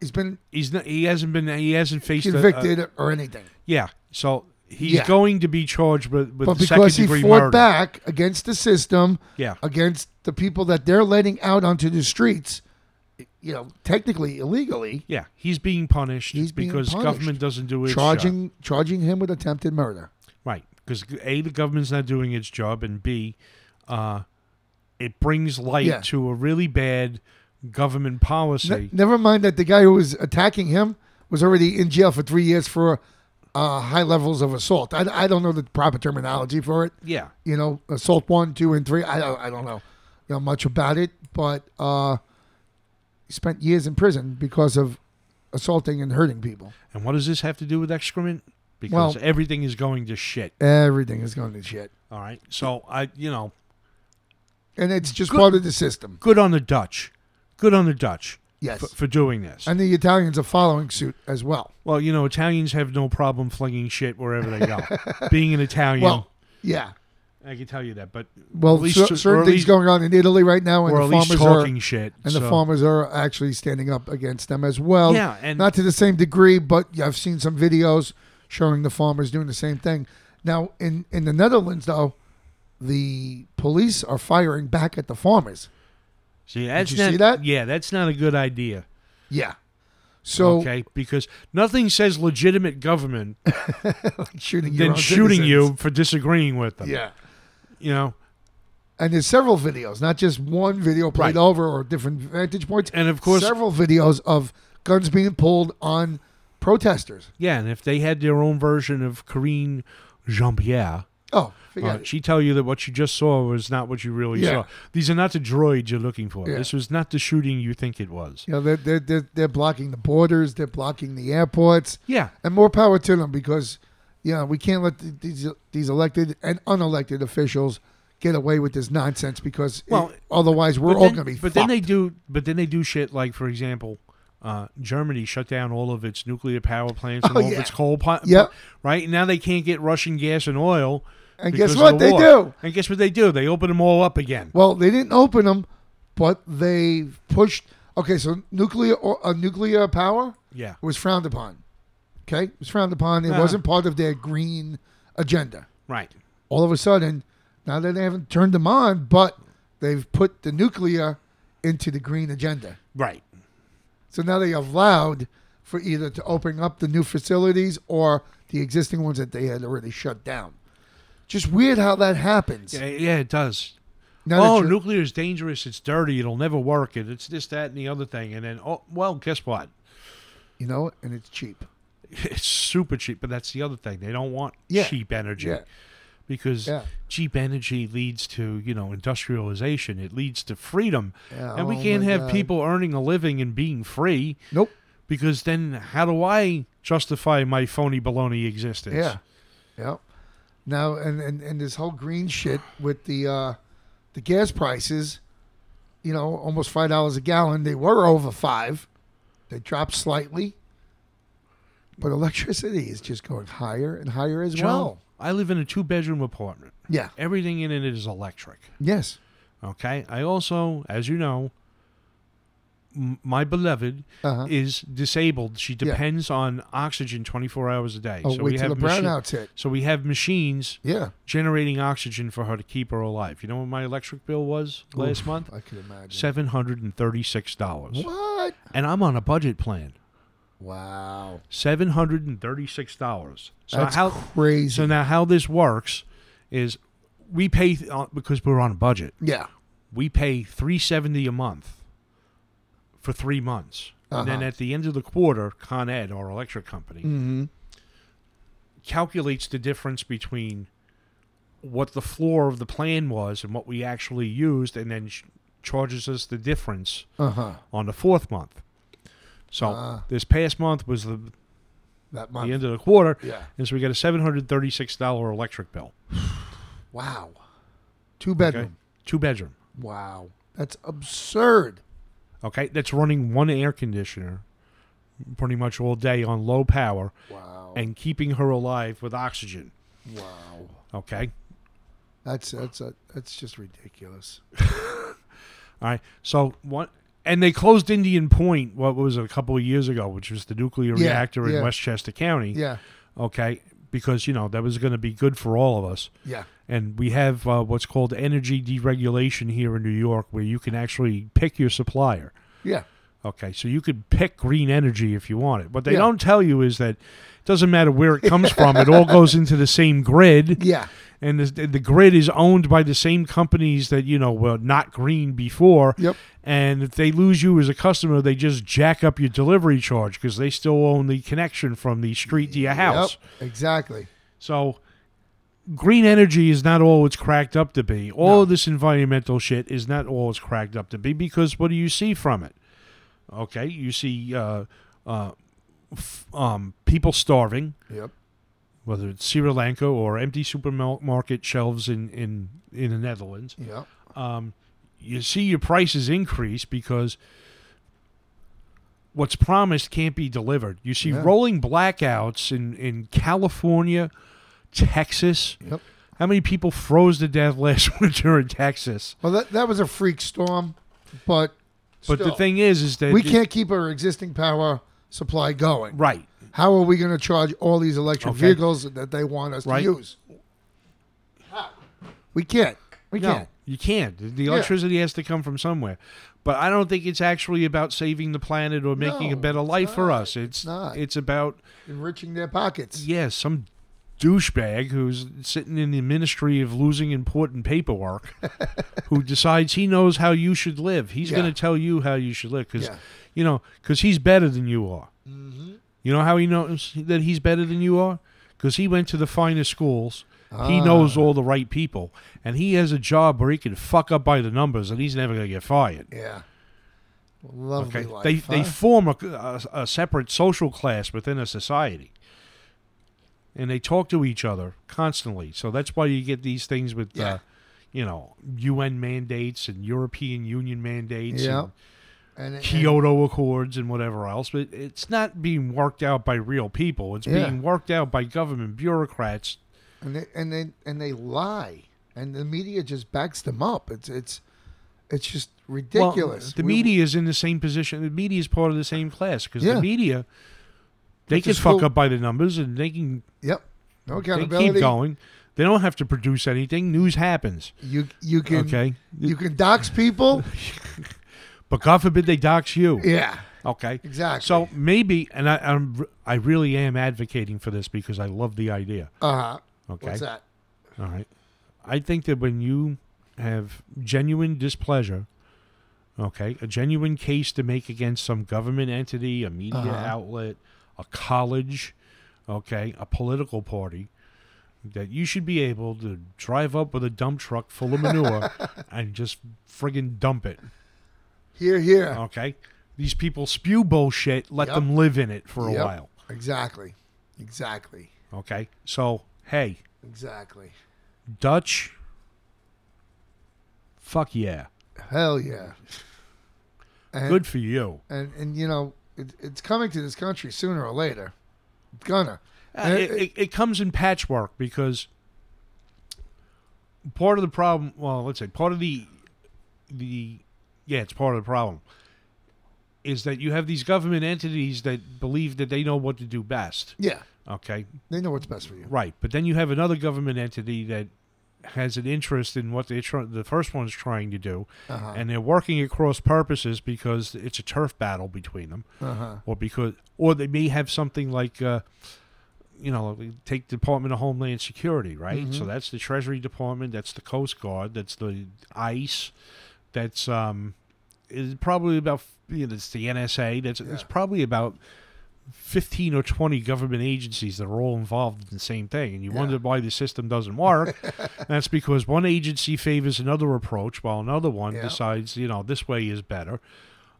Speaker 1: he's been
Speaker 2: He's not, he hasn't been he hasn't faced a-
Speaker 1: convicted
Speaker 2: A,
Speaker 1: or anything.
Speaker 2: yeah. So he's
Speaker 1: Yeah.
Speaker 2: going to be charged with with
Speaker 1: but
Speaker 2: second
Speaker 1: because he
Speaker 2: degree
Speaker 1: fought
Speaker 2: murder.
Speaker 1: back against the system,
Speaker 2: Yeah.
Speaker 1: against the people that they're letting out onto the streets, you know, technically illegally,
Speaker 2: Yeah, he's being punished
Speaker 1: He's being
Speaker 2: because
Speaker 1: punished.
Speaker 2: government doesn't do its job.
Speaker 1: charging charging him with attempted murder.
Speaker 2: Right, because a the government's not doing its job, and b, uh, it brings light
Speaker 1: Yeah.
Speaker 2: to a really bad government
Speaker 1: Ne-
Speaker 2: policy.
Speaker 1: never mind that the guy who was attacking him was already in jail for three years for uh, high levels of assault. I, I don't know the proper terminology for it.
Speaker 2: yeah,
Speaker 1: You know, assault one, two, and three. I don't- I don't know, you know much about it, but uh, he spent years in prison because of assaulting and hurting people.
Speaker 2: and what does this have to do with excrement? Because
Speaker 1: Well-
Speaker 2: everything is going to shit.
Speaker 1: Everything is going to shit.
Speaker 2: All right, so I, you know,
Speaker 1: And it's just
Speaker 2: Good-
Speaker 1: part of the system.
Speaker 2: good on the Dutch, good on the Dutch
Speaker 1: Yes.
Speaker 2: for, for doing this.
Speaker 1: and the Italians are following suit as well.
Speaker 2: well, you know, Italians have no problem flinging shit wherever
Speaker 1: *laughs*
Speaker 2: they go. Being an Italian,
Speaker 1: Well, yeah.
Speaker 2: I can tell you that, but
Speaker 1: Well,
Speaker 2: At least
Speaker 1: cer-
Speaker 2: to- or
Speaker 1: certain
Speaker 2: at
Speaker 1: things
Speaker 2: least-
Speaker 1: going on in Italy right now, and
Speaker 2: we're
Speaker 1: the
Speaker 2: at least
Speaker 1: farmers
Speaker 2: talking
Speaker 1: are
Speaker 2: shit.
Speaker 1: and the
Speaker 2: so-
Speaker 1: farmers are actually standing up against them as well.
Speaker 2: Yeah, and-
Speaker 1: Um, not to the same degree, but I've seen some videos showing the farmers doing the same thing. Now, in in the Netherlands, though, the police are firing back at the farmers.
Speaker 2: See, that's
Speaker 1: you
Speaker 2: not,
Speaker 1: see that?
Speaker 2: Yeah, that's not a good idea.
Speaker 1: Yeah, So
Speaker 2: okay, because nothing says legitimate government
Speaker 1: shooting *laughs* your
Speaker 2: than
Speaker 1: own
Speaker 2: shooting you
Speaker 1: citizens.
Speaker 2: for disagreeing with them.
Speaker 1: Yeah.
Speaker 2: You know,
Speaker 1: And there's several videos, not just one video played
Speaker 2: Right.
Speaker 1: over or different vantage points.
Speaker 2: and of course,
Speaker 1: several videos of guns being pulled on protesters.
Speaker 2: yeah, and if they had their own version of Corinne Jean Pierre,
Speaker 1: Oh,
Speaker 2: uh,
Speaker 1: forget it.
Speaker 2: she tell you that what you just saw was not what you really
Speaker 1: Yeah.
Speaker 2: saw. These are not the droids you're looking for.
Speaker 1: Yeah.
Speaker 2: This was not the shooting you think it was.
Speaker 1: You know, they're, they're, they're, they're blocking the borders, they're blocking the airports,
Speaker 2: Yeah,
Speaker 1: and more power to them because, you know, we can't let th- these, these elected and unelected officials get away with this nonsense because it-
Speaker 2: Well,
Speaker 1: otherwise we're
Speaker 2: but
Speaker 1: all
Speaker 2: then-
Speaker 1: going to be
Speaker 2: But then they do. But then they do shit like, for example, uh, Germany shut down all of its nuclear power plants and
Speaker 1: Oh,
Speaker 2: all
Speaker 1: yeah.
Speaker 2: of its coal plants.
Speaker 1: Yep.
Speaker 2: Right And now they can't get Russian gas and oil.
Speaker 1: and
Speaker 2: because
Speaker 1: guess
Speaker 2: of
Speaker 1: what?
Speaker 2: the
Speaker 1: they
Speaker 2: war.
Speaker 1: do.
Speaker 2: And guess what they do? They open them all up again.
Speaker 1: Well, they didn't open them, but they pushed. Okay, so nuclear or, uh, nuclear power
Speaker 2: Yeah.
Speaker 1: was frowned upon. Okay, it was frowned upon. It
Speaker 2: Uh-huh.
Speaker 1: wasn't part of their green agenda.
Speaker 2: Right.
Speaker 1: All of a sudden, now that they haven't turned them on, but they've put the nuclear into the green agenda.
Speaker 2: Right.
Speaker 1: So now they have allowed for either to open up the new facilities or the existing ones that they had already shut down. Just weird how that happens.
Speaker 2: Yeah, yeah it does.
Speaker 1: Now that
Speaker 2: oh,
Speaker 1: you're-
Speaker 2: nuclear is dangerous. It's dirty. It'll never work. It. It's this, that, and the other thing. And then, oh, well, guess what? *laughs*
Speaker 1: you know, and it's cheap.
Speaker 2: It's super cheap. But that's the other thing. They don't want
Speaker 1: Yeah.
Speaker 2: cheap energy.
Speaker 1: Yeah.
Speaker 2: because
Speaker 1: Yeah.
Speaker 2: cheap energy leads to you know industrialization it leads to freedom
Speaker 1: Yeah,
Speaker 2: and we
Speaker 1: oh
Speaker 2: can't
Speaker 1: my
Speaker 2: have
Speaker 1: God.
Speaker 2: people earning a living and being free
Speaker 1: Nope.
Speaker 2: because then how do i justify my phony baloney existence
Speaker 1: Yeah. Yep. Now and, and and this whole green shit with the uh the gas prices, you know, almost five dollars a gallon. They were over five. They dropped slightly. But electricity is just going higher and higher as
Speaker 2: John,
Speaker 1: well.
Speaker 2: i live in a two bedroom apartment
Speaker 1: Yeah.
Speaker 2: everything in it is electric
Speaker 1: Yes.
Speaker 2: okay i also as you know m- my beloved
Speaker 1: Uh-huh.
Speaker 2: is disabled she
Speaker 1: Yeah.
Speaker 2: depends on oxygen 24 hours a day
Speaker 1: Oh,
Speaker 2: so
Speaker 1: wait
Speaker 2: we
Speaker 1: till
Speaker 2: have
Speaker 1: the
Speaker 2: machi-
Speaker 1: brownouts hit.
Speaker 2: so we have machines
Speaker 1: Yeah.
Speaker 2: generating oxygen for her to keep her alive. You know what my electric bill was last month?
Speaker 1: I could imagine.
Speaker 2: Seven hundred and thirty-six dollars,
Speaker 1: What?
Speaker 2: and I'm on a budget plan.
Speaker 1: Wow.
Speaker 2: Seven hundred and thirty-six dollars. So
Speaker 1: That's
Speaker 2: how?
Speaker 1: crazy.
Speaker 2: So now how this works is we pay uh, because we're on a budget.
Speaker 1: yeah.
Speaker 2: We pay three seventy a month for three months, and then
Speaker 1: Uh-huh.
Speaker 2: at the end of the quarter, Con Ed, our electric company,
Speaker 1: Mm-hmm.
Speaker 2: calculates the difference between what the floor of the plan was and what we actually used, and then sh- charges us the difference
Speaker 1: Uh-huh.
Speaker 2: on the fourth month. So
Speaker 1: Ah.
Speaker 2: this past month was the,
Speaker 1: That
Speaker 2: the
Speaker 1: month.
Speaker 2: end of the quarter,
Speaker 1: Yeah.
Speaker 2: and so we got a seven hundred thirty-six dollar electric bill.
Speaker 1: Wow. Two bedroom.
Speaker 2: Okay, two bedroom.
Speaker 1: Wow. That's absurd.
Speaker 2: Okay, that's running one air conditioner pretty much all day on low power
Speaker 1: Wow.
Speaker 2: and keeping her alive with oxygen.
Speaker 1: wow.
Speaker 2: Okay.
Speaker 1: That's that's a, that's just ridiculous.
Speaker 2: All right. So what? And they closed Indian Point. What was it, a couple of years ago, which was the nuclear
Speaker 1: Yeah,
Speaker 2: reactor
Speaker 1: yeah.
Speaker 2: in Westchester County.
Speaker 1: Yeah.
Speaker 2: Okay, because you know that was going to be good for all of us.
Speaker 1: Yeah.
Speaker 2: And we have uh, what's called energy deregulation here in New York, where you can actually pick your supplier.
Speaker 1: Yeah.
Speaker 2: Okay, so you could pick green energy if you want it. What they
Speaker 1: Yeah.
Speaker 2: don't tell you is that it doesn't matter where it comes from; it all goes into the same grid
Speaker 1: Yeah.
Speaker 2: and the, the grid is owned by the same companies that you know were not green before.
Speaker 1: Yep.
Speaker 2: And if they lose you as a customer, they just jack up your delivery charge because they still own the connection from the street to your house.
Speaker 1: Yep. Exactly.
Speaker 2: So, green energy is not all it's cracked up to be. All
Speaker 1: No.
Speaker 2: of this environmental shit is not all it's cracked up to be because what do you see from it? Okay, you see uh, uh, f- um, people starving
Speaker 1: Yep.
Speaker 2: whether it's Sri Lanka or empty supermarket shelves in, in, in the Netherlands,
Speaker 1: Yep.
Speaker 2: um, you see your prices increase because what's promised can't be delivered. You see
Speaker 1: Yeah.
Speaker 2: rolling blackouts in, in California, Texas.
Speaker 1: Yep.
Speaker 2: How many people froze to death *laughs* last winter in Texas?
Speaker 1: Well, that that was a freak storm, but
Speaker 2: But the
Speaker 1: still,
Speaker 2: thing is, is that
Speaker 1: we
Speaker 2: it-
Speaker 1: can't keep our existing power supply going.
Speaker 2: right.
Speaker 1: How are we going to charge all these electric
Speaker 2: Okay.
Speaker 1: vehicles that they want us
Speaker 2: Right.
Speaker 1: to use? How? We can't. We
Speaker 2: no,
Speaker 1: can't.
Speaker 2: you can't. The- The electricity has to come from somewhere. But I don't think it's actually about saving the planet or making a
Speaker 1: No,
Speaker 2: better
Speaker 1: it's
Speaker 2: life for
Speaker 1: not.
Speaker 2: us. It's
Speaker 1: not.
Speaker 2: It's about
Speaker 1: Enriching their pockets.
Speaker 2: yeah, some douchebag who's sitting in the ministry of losing important paperwork,
Speaker 1: *laughs*
Speaker 2: who decides he knows how you should live. He's
Speaker 1: Yeah.
Speaker 2: going to tell you how you should live because
Speaker 1: Yeah.
Speaker 2: you know because he's better than you are.
Speaker 1: Mm-hmm.
Speaker 2: You know how he knows that he's better than you are? Because he went to the finest schools. He
Speaker 1: Ah.
Speaker 2: knows all the right people. And he has a job where he can fuck up by the numbers and he's never going to get fired.
Speaker 1: Yeah. Lovely
Speaker 2: Okay?
Speaker 1: life.
Speaker 2: they,
Speaker 1: huh?
Speaker 2: they form a, a, a separate social class within a society. And they talk to each other constantly. So that's why you get these things with,
Speaker 1: Yeah.
Speaker 2: uh, you know, UN mandates and European Union mandates
Speaker 1: Yeah.
Speaker 2: and
Speaker 1: and, and-
Speaker 2: Kyoto Accords and whatever else, but it's not being worked out by real people. It's
Speaker 1: Yeah.
Speaker 2: being worked out by government bureaucrats.
Speaker 1: and they and they and they lie, and the media just backs them up. It's it's it's just
Speaker 2: Well,
Speaker 1: ridiculous.
Speaker 2: the
Speaker 1: We-
Speaker 2: media is in the same position. The media is part of the same class because
Speaker 1: Yeah.
Speaker 2: the media, they
Speaker 1: It's a
Speaker 2: can fuck
Speaker 1: school-
Speaker 2: up by the numbers and they can
Speaker 1: Yep. No
Speaker 2: they
Speaker 1: accountability.
Speaker 2: keep going. They don't have to produce anything. News happens.
Speaker 1: You you can
Speaker 2: okay,
Speaker 1: you can dox people.
Speaker 2: *laughs* but God forbid they dox you.
Speaker 1: yeah.
Speaker 2: Okay,
Speaker 1: Exactly.
Speaker 2: so maybe, and I, I'm, I really am advocating for this because I love the idea.
Speaker 1: uh
Speaker 2: Okay,
Speaker 1: what's that?
Speaker 2: All right. I think that when you have genuine displeasure, okay, a genuine case to make against some government entity, a media
Speaker 1: Uh-huh.
Speaker 2: outlet, a college, okay, a political party, that you should be able to drive up with a dump truck full of manure and just friggin' dump it,
Speaker 1: Here here.
Speaker 2: okay? These people spew bullshit, let
Speaker 1: Yep.
Speaker 2: them live in it for a
Speaker 1: Yep.
Speaker 2: while,
Speaker 1: Exactly. Exactly.
Speaker 2: okay? So, hey,
Speaker 1: Exactly.
Speaker 2: Dutch, fuck yeah.
Speaker 1: Hell yeah. And,
Speaker 2: Good for you.
Speaker 1: And and you know it, it's coming to this country sooner or later. It's gonna.
Speaker 2: Uh, it, it, it comes in patchwork because part of the problem well let's say part of the the yeah it's part of the problem is that you have these government entities that believe that they know what to do best
Speaker 1: Yeah.
Speaker 2: okay
Speaker 1: They know what's best for you.
Speaker 2: right but then you have another government entity that has an interest in what they try, the first one's trying to do
Speaker 1: Uh-huh.
Speaker 2: and they're working at cross purposes because it's a turf battle between them
Speaker 1: Uh-huh.
Speaker 2: or because or they may have something like uh, you know take department of homeland security right
Speaker 1: Mm-hmm.
Speaker 2: so that's the treasury department that's the coast guard that's the ice that's um is probably about you know, it's the nsa that's it's
Speaker 1: Yeah.
Speaker 2: probably about 15 or 20 government agencies that are all involved in the same thing and you
Speaker 1: Yeah.
Speaker 2: wonder why the system
Speaker 1: *laughs*
Speaker 2: doesn't work And that's because one agency favors another approach while another one
Speaker 1: Yeah.
Speaker 2: decides you know this way is better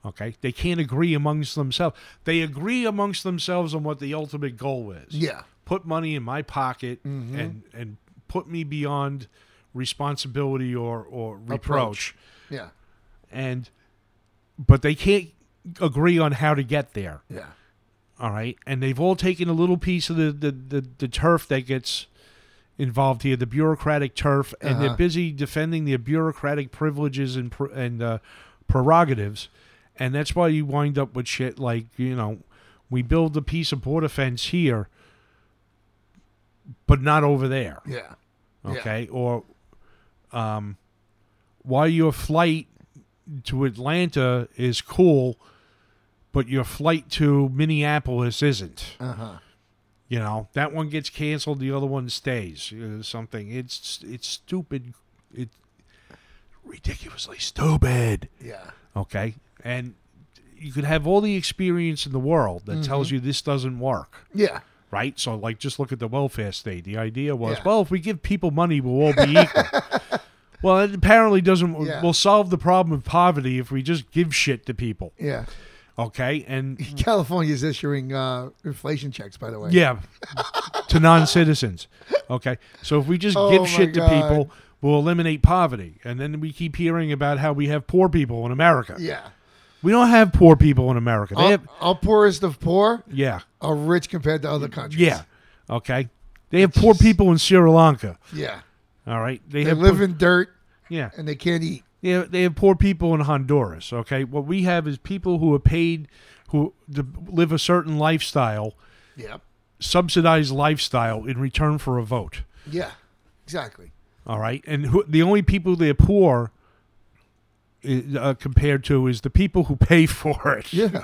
Speaker 2: Okay, they can't agree amongst themselves. They agree amongst themselves on what the ultimate goal is.
Speaker 1: Yeah.
Speaker 2: Put money in my pocket
Speaker 1: Mhm.
Speaker 2: and and put me beyond responsibility or or reproach.
Speaker 1: Yeah.
Speaker 2: And but they can't agree on how to get there.
Speaker 1: Yeah.
Speaker 2: All right, and they've all taken a little piece of the the the, the turf that gets involved here, the bureaucratic turf, and
Speaker 1: Uh-huh.
Speaker 2: they're busy defending their bureaucratic privileges and pr- and uh, prerogatives, and that's why you wind up with shit like you know, we build a piece of border fence here, but not over there,
Speaker 1: Yeah. Yeah.
Speaker 2: okay, or um, why your flight to Atlanta is cool. But your flight to Minneapolis isn't
Speaker 1: Uh-huh.
Speaker 2: you know that one gets canceled the other one stays you know, something it's it's stupid it ridiculously stupid
Speaker 1: Yeah.
Speaker 2: okay and you could have all the experience in the world that tells you this doesn't work
Speaker 1: Yeah.
Speaker 2: right so like just look at the welfare state the idea was
Speaker 1: Yeah.
Speaker 2: well if we give people money we'll all
Speaker 1: *laughs*
Speaker 2: be equal well it apparently doesn't
Speaker 1: Yeah.
Speaker 2: we'll solve the problem of poverty if we just give shit to people
Speaker 1: Yeah.
Speaker 2: okay and
Speaker 1: *laughs* California's issuing uh, inflation checks, by the way.
Speaker 2: Mm-hmm. Yeah, to non-citizens. Okay, so if we just
Speaker 1: Oh my
Speaker 2: give shit to
Speaker 1: God.
Speaker 2: people, we'll eliminate poverty, and then we keep hearing about how we have poor people in America.
Speaker 1: Yeah. Oh.
Speaker 2: We don't have poor people in America. They
Speaker 1: Our,
Speaker 2: have,
Speaker 1: our poorest of poor
Speaker 2: yeah,
Speaker 1: are rich compared to other countries.
Speaker 2: yeah, okay. They have poor people in Sri Lanka.
Speaker 1: Yeah.
Speaker 2: All right, they,
Speaker 1: They
Speaker 2: have
Speaker 1: live
Speaker 2: poor,
Speaker 1: in dirt
Speaker 2: yeah,
Speaker 1: and they can't eat.
Speaker 2: they have, they have poor people in Honduras. Okay, what we have is people who are paid who to live a certain lifestyle,
Speaker 1: Yep.
Speaker 2: subsidized lifestyle, in return for a vote.
Speaker 1: Yeah. Exactly.
Speaker 2: All right, and who, the only people they're poor i- uh, compared to is the people who *laughs* pay for it.
Speaker 1: Yeah.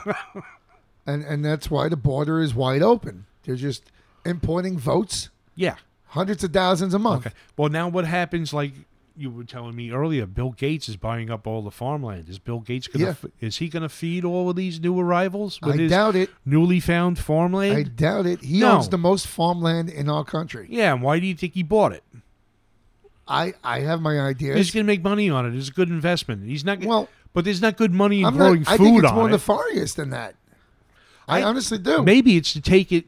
Speaker 1: and and that's why the border is wide open. They're just importing votes,
Speaker 2: Yeah.
Speaker 1: hundreds of thousands a month.
Speaker 2: Okay. Well, now what happens? Like you were telling me earlier, Bill Gates is buying up all the farmland. Is Bill Gates gonna?
Speaker 1: Yeah.
Speaker 2: f- Is he gonna feed all of these new arrivals with
Speaker 1: I
Speaker 2: his
Speaker 1: doubt it.
Speaker 2: newly found
Speaker 1: I
Speaker 2: farmland?
Speaker 1: doubt it. He
Speaker 2: No.
Speaker 1: owns the most farmland in our country.
Speaker 2: yeah. And why do you think he bought it?
Speaker 1: I, I have my
Speaker 2: He's
Speaker 1: ideas.
Speaker 2: gonna make money on it. It's a good investment. He's not.
Speaker 1: Well,
Speaker 2: but there's not good money in
Speaker 1: I'm not,
Speaker 2: growing
Speaker 1: I think
Speaker 2: food
Speaker 1: it's more
Speaker 2: on it.
Speaker 1: nefarious than that. I,
Speaker 2: I-
Speaker 1: honestly do.
Speaker 2: maybe it's to take it.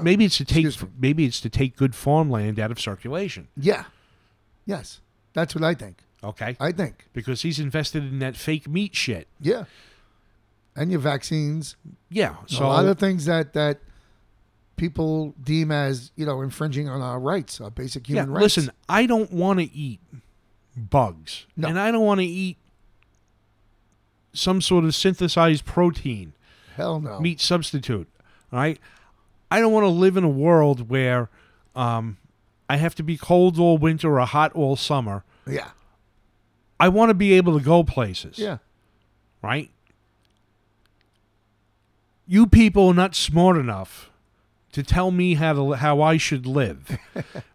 Speaker 2: Maybe it's to take.
Speaker 1: Excuse me.
Speaker 2: Maybe it's to take good farmland out of circulation.
Speaker 1: Yeah. Yes. That's what I think.
Speaker 2: Okay.
Speaker 1: I think.
Speaker 2: because he's invested in that fake meat shit.
Speaker 1: Yeah. And your vaccines,
Speaker 2: Yeah. So
Speaker 1: a lot of things that that people deem as you know infringing on our rights, our basic human
Speaker 2: yeah,
Speaker 1: rights.
Speaker 2: Listen, I don't want to eat bugs,
Speaker 1: No.
Speaker 2: and I don't want to eat some sort of synthesized protein
Speaker 1: hell no.
Speaker 2: meat substitute. All right, I don't want to live in a world where um, I have to be cold all winter or hot all summer.
Speaker 1: Yeah,
Speaker 2: I want to be able to go places.
Speaker 1: yeah.
Speaker 2: Right. You people are not smart enough to tell me how to how I should
Speaker 1: *laughs*
Speaker 2: live.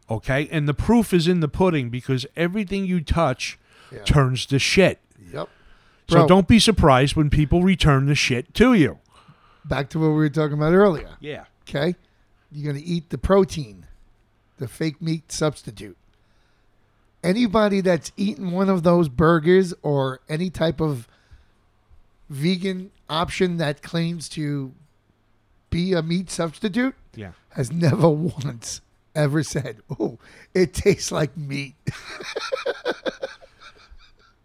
Speaker 2: okay, and the proof is in the pudding because everything you touch
Speaker 1: Yeah.
Speaker 2: turns to shit.
Speaker 1: Yep.
Speaker 2: so
Speaker 1: Bro.
Speaker 2: don't be surprised when people return the shit to you.
Speaker 1: Back to what we were talking about earlier.
Speaker 2: Yeah.
Speaker 1: Okay, you're gonna eat the protein, the fake meat substitute. Anybody that's eaten one of those burgers or any type of vegan option that claims to be a meat substitute
Speaker 2: Yeah.
Speaker 1: has never once ever said, "Oh, it tastes like meat."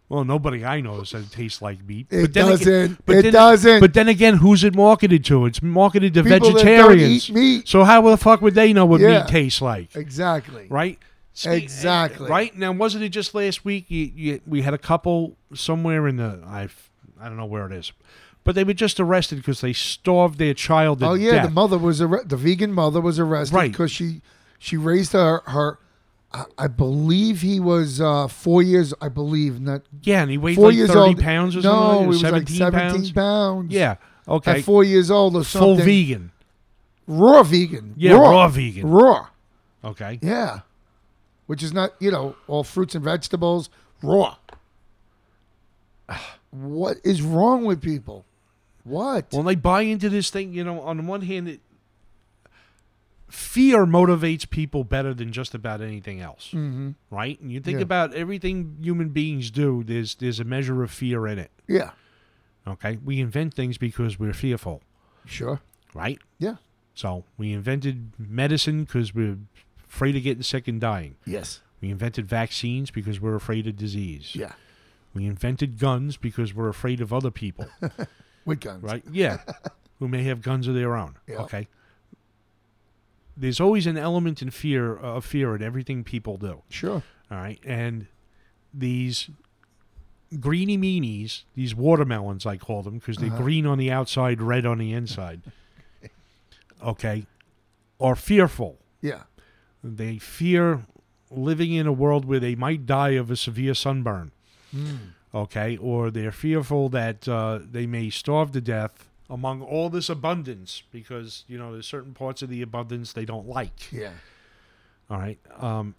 Speaker 2: Well, nobody I know said it tastes like meat.
Speaker 1: It
Speaker 2: then aga-
Speaker 1: doesn't.
Speaker 2: but
Speaker 1: It
Speaker 2: then-
Speaker 1: doesn't.
Speaker 2: But then again, who's it marketed to? It's marketed to
Speaker 1: People that don't
Speaker 2: vegetarians.
Speaker 1: eat meat.
Speaker 2: So how the fuck would they know what
Speaker 1: Yeah.
Speaker 2: meat tastes like?
Speaker 1: Exactly.
Speaker 2: right? Spe-
Speaker 1: Exactly.
Speaker 2: Right now, wasn't it just last week? You, you, we had a couple somewhere in the I I don't know where it is, but they were just arrested because they starved their child. To
Speaker 1: Oh yeah, the
Speaker 2: death.
Speaker 1: mother was arre- the vegan mother was arrested
Speaker 2: Right.
Speaker 1: because she she raised her her I, I believe he was uh, four years I believe not
Speaker 2: yeah, and he weighed
Speaker 1: four
Speaker 2: like
Speaker 1: years
Speaker 2: thirty
Speaker 1: old
Speaker 2: pounds
Speaker 1: no
Speaker 2: or something.
Speaker 1: he
Speaker 2: like,
Speaker 1: was like
Speaker 2: seventeen
Speaker 1: seventeen pounds,
Speaker 2: pounds. Yeah. Okay.
Speaker 1: at four years old or
Speaker 2: Full
Speaker 1: something
Speaker 2: vegan.
Speaker 1: raw vegan
Speaker 2: Yeah,
Speaker 1: raw,
Speaker 2: raw vegan.
Speaker 1: raw
Speaker 2: Okay.
Speaker 1: yeah which is not you know all fruits and vegetables raw what is wrong with people what
Speaker 2: Well, they buy into this thing. You know, on the one hand, it, fear motivates people better than just about anything else.
Speaker 1: hmm
Speaker 2: right? And you think
Speaker 1: Yeah.
Speaker 2: about everything human beings do, there's there's a measure of fear in it.
Speaker 1: yeah
Speaker 2: Okay? We invent things because we're fearful,
Speaker 1: sure
Speaker 2: right?
Speaker 1: yeah
Speaker 2: So we invented medicine because we're afraid of getting sick and dying.
Speaker 1: yes
Speaker 2: We invented vaccines because we're afraid of disease.
Speaker 1: yeah
Speaker 2: We invented guns because we're afraid of other people,
Speaker 1: with guns
Speaker 2: right?
Speaker 1: *laughs*
Speaker 2: Yeah. Who may have guns of their own.
Speaker 1: Yeah.
Speaker 2: Okay. There's always an element in fear uh, of fear in everything people do.
Speaker 1: sure
Speaker 2: All right. And these greeny meanies, these watermelons, I call them because they're
Speaker 1: Uh-huh.
Speaker 2: green on the outside, red on the
Speaker 1: *laughs*
Speaker 2: inside. okay. Are fearful.
Speaker 1: yeah
Speaker 2: They fear living in a world where they might die of a severe sunburn.
Speaker 1: Mm.
Speaker 2: Okay. Or they're fearful that uh, they may starve to death among all this abundance because, you know, there's certain parts of the abundance they don't like.
Speaker 1: Yeah.
Speaker 2: All right. Um,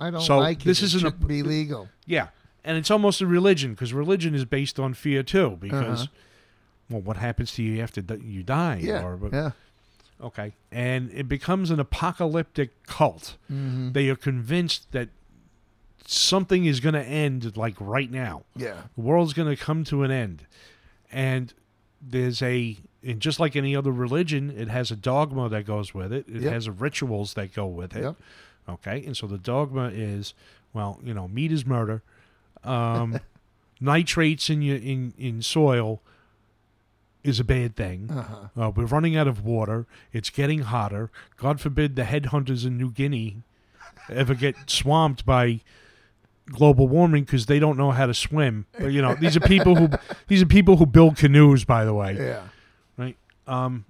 Speaker 1: I don't
Speaker 2: So,
Speaker 1: like it.
Speaker 2: this
Speaker 1: It
Speaker 2: isn't a-
Speaker 1: shouldn't be legal.
Speaker 2: Yeah, and it's almost a religion because religion is based on fear too. Because,
Speaker 1: Uh-huh.
Speaker 2: well, what happens to you after di- you die?
Speaker 1: Yeah.
Speaker 2: Or,
Speaker 1: yeah.
Speaker 2: Okay, and it becomes an apocalyptic cult.
Speaker 1: Mhm.
Speaker 2: They are convinced that something is going to end, like right now.
Speaker 1: Yeah.
Speaker 2: The world's going to come to an end, and there's a and just like any other religion, it has a dogma that goes with it. It
Speaker 1: Yep.
Speaker 2: has rituals that go with it.
Speaker 1: Yep.
Speaker 2: Okay, and so the dogma is, well, you know, meat is murder.
Speaker 1: *laughs*
Speaker 2: Um, nitrates in your in in soil is a bad thing.
Speaker 1: Uh-huh.
Speaker 2: Uh, we're running out of water. It's getting hotter. God forbid the headhunters in New Guinea ever get swamped by global warming because they don't know how to swim. But, you know, these are people who *laughs* these are people who build canoes, by the way.
Speaker 1: Yeah.
Speaker 2: Right. Um,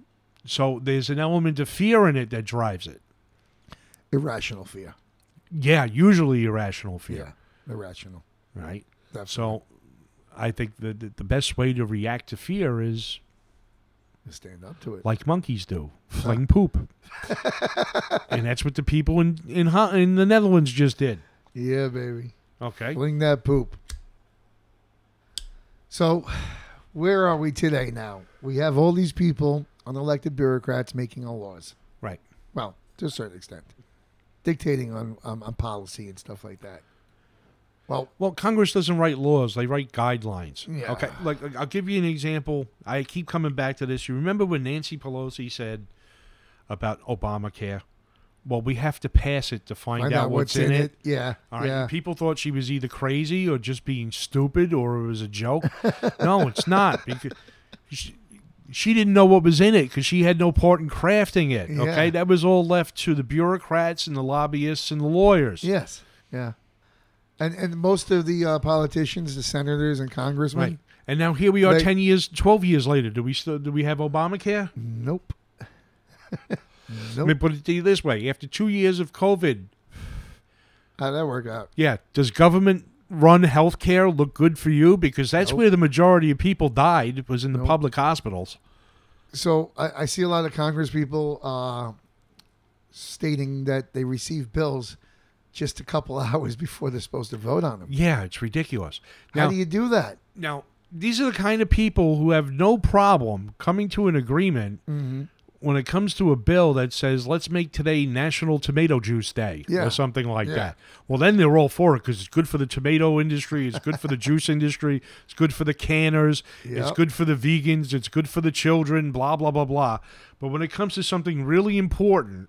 Speaker 2: so there's an element of fear in it that drives it.
Speaker 1: Irrational fear.
Speaker 2: yeah, usually irrational fear,
Speaker 1: irrational.
Speaker 2: right?
Speaker 1: That's
Speaker 2: So I think the, the the best way to react to fear is
Speaker 1: stand up to it.
Speaker 2: like monkeys *laughs* do, fling poop, and that's what the people in in Ho- in the Netherlands just did.
Speaker 1: yeah, baby.
Speaker 2: Okay,
Speaker 1: Fling that poop. So, where are we today now? We have all these people, unelected bureaucrats, making our laws.
Speaker 2: right.
Speaker 1: Well, to a certain extent, dictating on, um, on policy and stuff like that. Well,
Speaker 2: Well, Congress doesn't write laws; they write guidelines.
Speaker 1: Yeah.
Speaker 2: Okay, like like, I'll give you an example. I keep coming back to this. You remember when Nancy Pelosi said about Obamacare? Well, we have to pass it to find,
Speaker 1: find
Speaker 2: out, what's, in, it.
Speaker 1: Yeah.
Speaker 2: All right.
Speaker 1: yeah.
Speaker 2: People thought she was either crazy or just being stupid or it was a joke. *laughs* no, it's not because she, she didn't know what was in it because she had no part in crafting it.
Speaker 1: Yeah.
Speaker 2: Okay, that was all left to the bureaucrats and the lobbyists and the lawyers.
Speaker 1: Yes. Yeah. And and most of the uh, politicians, the senators and congressmen,
Speaker 2: Right. And now here we are,
Speaker 1: They-
Speaker 2: ten years, twelve years later. Do we still do we have Obamacare?
Speaker 1: nope. *laughs*
Speaker 2: Let me put it to you this way: after two years of COVID,
Speaker 1: How'd that work out?
Speaker 2: yeah, does government run healthcare look good for you? Because that's
Speaker 1: Nope.
Speaker 2: where the majority of people died was in the
Speaker 1: Nope.
Speaker 2: public hospitals.
Speaker 1: So I, I see a lot of Congress people uh, stating that they receive bills just a couple *laughs* hours before they're supposed to vote on them.
Speaker 2: Yeah, it's ridiculous.
Speaker 1: How
Speaker 2: Now,
Speaker 1: do you do that?
Speaker 2: now these are the kind of people who have no problem coming to an agreement
Speaker 1: Mm-hmm.
Speaker 2: when it comes to a bill that says let's make today National Tomato Juice Day
Speaker 1: Yeah.
Speaker 2: or something like
Speaker 1: Yeah.
Speaker 2: that. Well, then they're all for it because it's good for the tomato industry, it's good for the juice industry, it's good for the canners, it's
Speaker 1: Yep.
Speaker 2: good for the vegans, it's good for the children, blah blah blah blah. But when it comes to something really important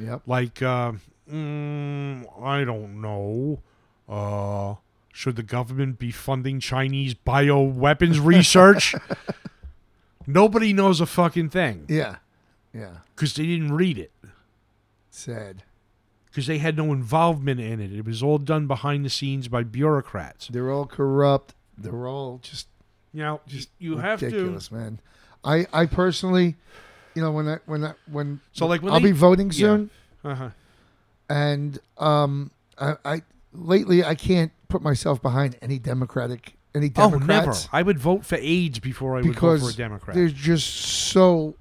Speaker 1: Yep.
Speaker 2: like uh, mm, I don't know. Uh, should the government be funding Chinese bioweapons
Speaker 1: *laughs*
Speaker 2: research? Nobody knows a fucking thing
Speaker 1: Yeah. Yeah.
Speaker 2: because they didn't read it
Speaker 1: Sad.
Speaker 2: because they had no involvement in it. It was all done behind the scenes by bureaucrats.
Speaker 1: They're all corrupt. They're all just
Speaker 2: Now,
Speaker 1: Just
Speaker 2: you have to.
Speaker 1: ridiculous, man. I I personally, you know, when I when I when
Speaker 2: So, like, when
Speaker 1: I'll
Speaker 2: they-
Speaker 1: be voting
Speaker 2: yeah.
Speaker 1: soon.
Speaker 2: Uh-huh.
Speaker 1: and um, I, I lately I can't put myself behind any Democratic any
Speaker 2: Oh, never.
Speaker 1: Democrats
Speaker 2: I would vote for AIDS before I would vote for a
Speaker 1: because they're
Speaker 2: Democrat.
Speaker 1: just so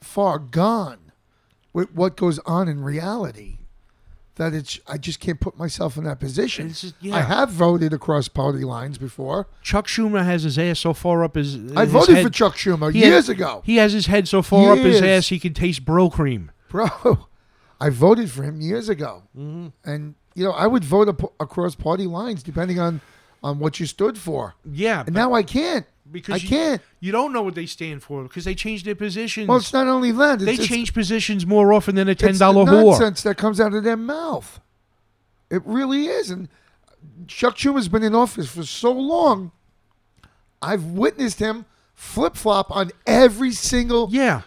Speaker 1: far gone with what goes on in reality that it's I just can't put myself in that position.
Speaker 2: It's just- yeah.
Speaker 1: I have voted across party lines before.
Speaker 2: Chuck Schumer has his ass so far up his.
Speaker 1: I
Speaker 2: his
Speaker 1: voted
Speaker 2: head-
Speaker 1: for Chuck Schumer
Speaker 2: he had-
Speaker 1: years ago,
Speaker 2: He has his head so far up his
Speaker 1: Years.
Speaker 2: ass he can taste bro cream.
Speaker 1: bro. *laughs* I voted for him years ago,
Speaker 2: Mm-hmm.
Speaker 1: and you know I would vote ap- across party lines depending on on what you stood for.
Speaker 2: Yeah,
Speaker 1: And
Speaker 2: but
Speaker 1: now I can't.
Speaker 2: because
Speaker 1: I
Speaker 2: you,
Speaker 1: can't.
Speaker 2: You don't know what they stand for because they change their positions.
Speaker 1: Well, it's not only that. It's,
Speaker 2: they
Speaker 1: it's,
Speaker 2: change positions more often than a ten
Speaker 1: it's the
Speaker 2: dollar whore.
Speaker 1: nonsense that comes out of their mouth. It really is. And Chuck Schumer's been in office for so long. I've witnessed him flip flop on every single
Speaker 2: Yeah,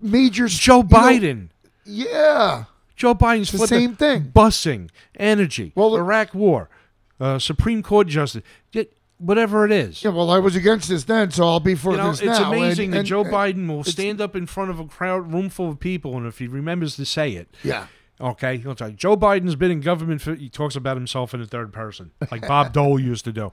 Speaker 1: major. s-
Speaker 2: Joe
Speaker 1: you know,
Speaker 2: Biden.
Speaker 1: yeah.
Speaker 2: Joe Biden's
Speaker 1: the
Speaker 2: flipping-
Speaker 1: same thing.
Speaker 2: Busing, energy,
Speaker 1: Well, the-
Speaker 2: Iraq War, uh, Supreme Court justice, di- whatever it is.
Speaker 1: Yeah. Well, I was against this then, so I'll be for
Speaker 2: You know,
Speaker 1: this
Speaker 2: it's
Speaker 1: now. And-
Speaker 2: amazing that
Speaker 1: and- uh,
Speaker 2: Joe
Speaker 1: and-
Speaker 2: Biden will stand up in front of a crowd room full of people, and if he remembers to say it,
Speaker 1: Yeah.
Speaker 2: Okay, he'll tell you, Joe Biden's been in government for. He talks about himself in the third person, like
Speaker 1: *laughs*
Speaker 2: Bob Dole used to do. All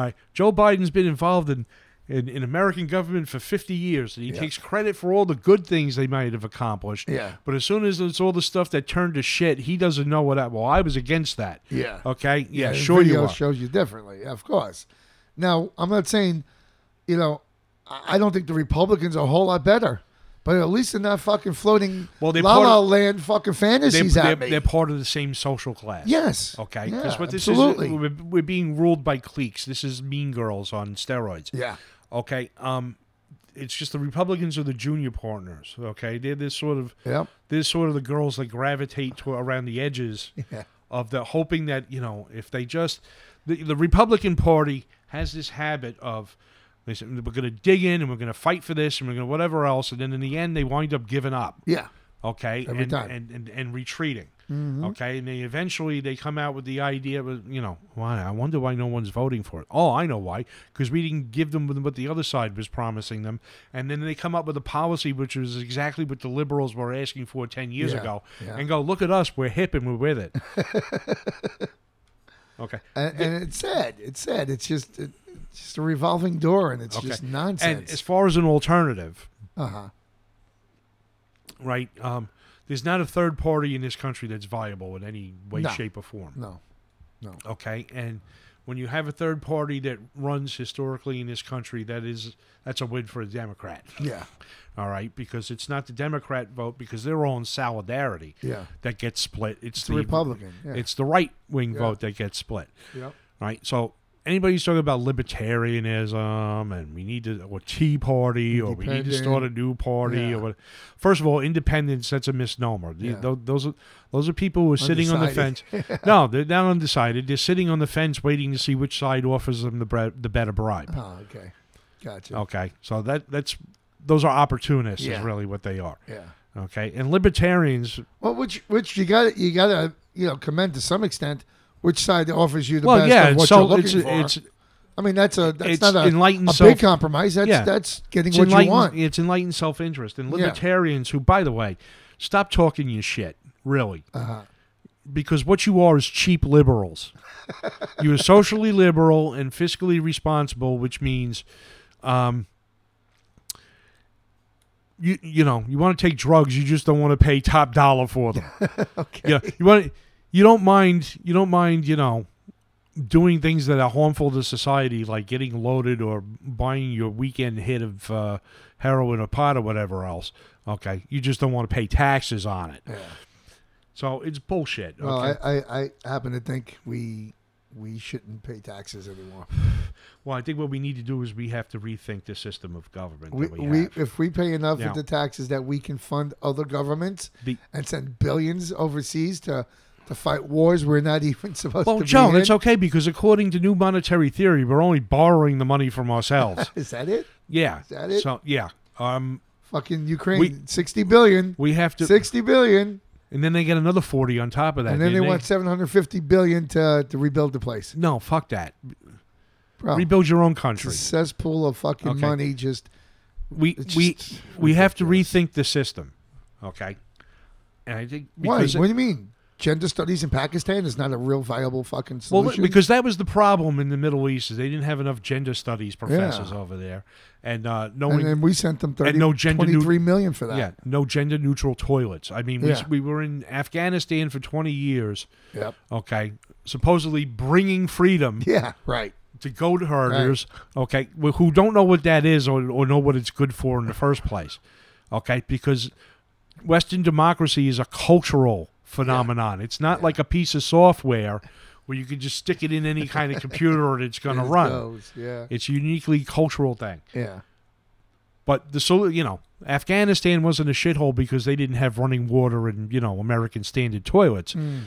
Speaker 2: right, Joe Biden's been involved in, in, in American government for 50 years, and he
Speaker 1: Yeah.
Speaker 2: takes credit for all the good things they might have accomplished.
Speaker 1: Yeah.
Speaker 2: But as soon as it's all the stuff that turned to shit, he doesn't know what. I, well, I was against that.
Speaker 1: Yeah.
Speaker 2: Okay. Yeah.
Speaker 1: the
Speaker 2: sure you
Speaker 1: video
Speaker 2: are.
Speaker 1: shows you differently, of course. Now, I'm not saying, you know, I I don't think the Republicans are a whole lot better, but at least they're not fucking floating
Speaker 2: Well, they're
Speaker 1: la
Speaker 2: part
Speaker 1: la
Speaker 2: of-
Speaker 1: land fucking
Speaker 2: They're,
Speaker 1: fantasies
Speaker 2: they're,
Speaker 1: at me.
Speaker 2: they're part of the same social class.
Speaker 1: yes.
Speaker 2: Okay.
Speaker 1: Yeah,
Speaker 2: what this
Speaker 1: absolutely.
Speaker 2: is, we're, we're being ruled by cliques. This is Mean Girls on steroids.
Speaker 1: yeah.
Speaker 2: Okay. Um, it's just the Republicans are the junior partners. Okay, they're this sort of
Speaker 1: Yep.
Speaker 2: they're sort of the girls that gravitate to around the edges
Speaker 1: Yeah.
Speaker 2: of the hoping that you know if they just the, the Republican Party has this habit of they said we're going to dig in and we're going to fight for this and we're going to whatever else and then in the end they wind up giving up.
Speaker 1: Yeah.
Speaker 2: Okay,
Speaker 1: Every
Speaker 2: and,
Speaker 1: time. Mm-hmm.
Speaker 2: and and and retreating. Okay, and they eventually they come out with the idea, of, you know, why? I wonder why no one's voting for it. Oh, I know why, because we didn't give them what the other side was promising them, and then they come up with a policy which was exactly what the liberals were asking for ten years
Speaker 1: Yeah,
Speaker 2: ago,
Speaker 1: yeah.
Speaker 2: and go look at us, we're hip and we're
Speaker 1: *laughs*
Speaker 2: with it. okay,
Speaker 1: And, and it's sad. It's sad. It's just it, it's just a revolving door, and it's
Speaker 2: Okay.
Speaker 1: just
Speaker 2: and as
Speaker 1: nonsense.
Speaker 2: far as an alternative,
Speaker 1: Uh huh.
Speaker 2: right? Um, there's not a third party in this country that's viable in any way,
Speaker 1: No.
Speaker 2: shape, or form.
Speaker 1: No.
Speaker 2: okay and when you have a third party that runs historically in this country that is that's a win for a democrat
Speaker 1: Yeah.
Speaker 2: all right because it's not the democrat vote because they're all in solidarity
Speaker 1: Yeah.
Speaker 2: that gets split it's,
Speaker 1: It's the Republican. Yeah.
Speaker 2: it's the right wing
Speaker 1: Yeah.
Speaker 2: vote that gets split
Speaker 1: Yep.
Speaker 2: right so anybody who's talking about libertarianism and we need to or tea party or we need to
Speaker 1: Independent.
Speaker 2: start a new party
Speaker 1: Yeah.
Speaker 2: or what first of all independence that's a misnomer The-
Speaker 1: Yeah.
Speaker 2: tho- those are those are people who are sitting on the fence
Speaker 1: Undecided. *laughs*
Speaker 2: no they're not undecided they're sitting on the fence waiting to see which side offers them the bre- the better bribe
Speaker 1: Oh, okay. Gotcha.
Speaker 2: okay so that that's those are opportunists is
Speaker 1: Yeah.
Speaker 2: really what they are
Speaker 1: Yeah.
Speaker 2: okay and libertarians
Speaker 1: Well, which which you got you got to you know commend to some extent which side offers you the
Speaker 2: well
Speaker 1: best
Speaker 2: yeah
Speaker 1: of what
Speaker 2: it's, so
Speaker 1: you're looking
Speaker 2: it's,
Speaker 1: for.
Speaker 2: it's
Speaker 1: I mean, that's a that's
Speaker 2: it's
Speaker 1: not a,
Speaker 2: enlightened
Speaker 1: a
Speaker 2: self
Speaker 1: big compromise. That's
Speaker 2: Yeah.
Speaker 1: that's getting
Speaker 2: It's
Speaker 1: what you
Speaker 2: enlightened,
Speaker 1: want.
Speaker 2: It's enlightened self-interest and
Speaker 1: Yeah.
Speaker 2: libertarians who, by the way, stop talking your shit, really,
Speaker 1: Uh-huh.
Speaker 2: because what you are is
Speaker 1: *laughs*
Speaker 2: cheap liberals. you are socially liberal and fiscally responsible, which means, um, you you know you want to take drugs, you just don't want to pay top dollar for them.
Speaker 1: Okay.
Speaker 2: you know, you want you don't mind you don't mind you know doing things that are harmful to society like getting loaded or buying your weekend hit of uh, heroin or pot or whatever else okay you just don't want to pay taxes on it
Speaker 1: Yeah.
Speaker 2: so it's bullshit okay?
Speaker 1: Well, I, I, I happen to think we we shouldn't pay taxes anymore.
Speaker 2: well i think what we need to do is we have to rethink the system of government
Speaker 1: We,
Speaker 2: that
Speaker 1: we,
Speaker 2: we, have.
Speaker 1: if we pay enough
Speaker 2: Yeah.
Speaker 1: of the taxes that we can fund other governments
Speaker 2: The-
Speaker 1: and send billions overseas to to fight wars we're not *laughs* even supposed
Speaker 2: well
Speaker 1: to
Speaker 2: joe
Speaker 1: be
Speaker 2: that's
Speaker 1: in.
Speaker 2: okay because according to new monetary theory we're only borrowing the money
Speaker 1: *laughs*
Speaker 2: from ourselves
Speaker 1: Is that it?
Speaker 2: yeah
Speaker 1: that it?
Speaker 2: so yeah um
Speaker 1: Fucking Ukraine,
Speaker 2: We-
Speaker 1: sixty billion.
Speaker 2: we have to
Speaker 1: Sixty billion,
Speaker 2: and then they get another 40 on top of that
Speaker 1: and then they
Speaker 2: didn't
Speaker 1: want seven hundred fifty billion to to rebuild the place.
Speaker 2: No, fuck that.
Speaker 1: Bro,
Speaker 2: Rebuild your own
Speaker 1: it's a
Speaker 2: country.
Speaker 1: cesspool of fucking
Speaker 2: Okay.
Speaker 1: money. Just
Speaker 2: We
Speaker 1: it's
Speaker 2: we
Speaker 1: just
Speaker 2: we have to
Speaker 1: ridiculous.
Speaker 2: rethink the system. Okay. And I think
Speaker 1: Why?
Speaker 2: because
Speaker 1: what do you mean? Gender studies in Pakistan is not a real viable fucking
Speaker 2: well,
Speaker 1: solution.
Speaker 2: because that was the problem in the Middle East is they didn't have enough gender studies professors over there, and uh, no
Speaker 1: and
Speaker 2: one,
Speaker 1: then we sent them 30,
Speaker 2: and no gender
Speaker 1: 23 million for that.
Speaker 2: yeah, no gender neutral toilets. I mean, we,
Speaker 1: Yeah.
Speaker 2: we were in Afghanistan for twenty years.
Speaker 1: Yep.
Speaker 2: Okay, supposedly bringing freedom
Speaker 1: Yeah. Right.
Speaker 2: to goat herders, okay, wh- who don't know what that is or, or know what it's good for in the first place, okay, because Western democracy is a cultural phenomenon. It's not like a piece of software where you can just stick it in any kind of computer and it's going to
Speaker 1: It
Speaker 2: *laughs* run.
Speaker 1: goes, Yeah.
Speaker 2: It's a uniquely cultural thing.
Speaker 1: Yeah.
Speaker 2: But the so you know, Afghanistan wasn't a shithole because they didn't have running water and you know American standard toilets.
Speaker 1: Hmm.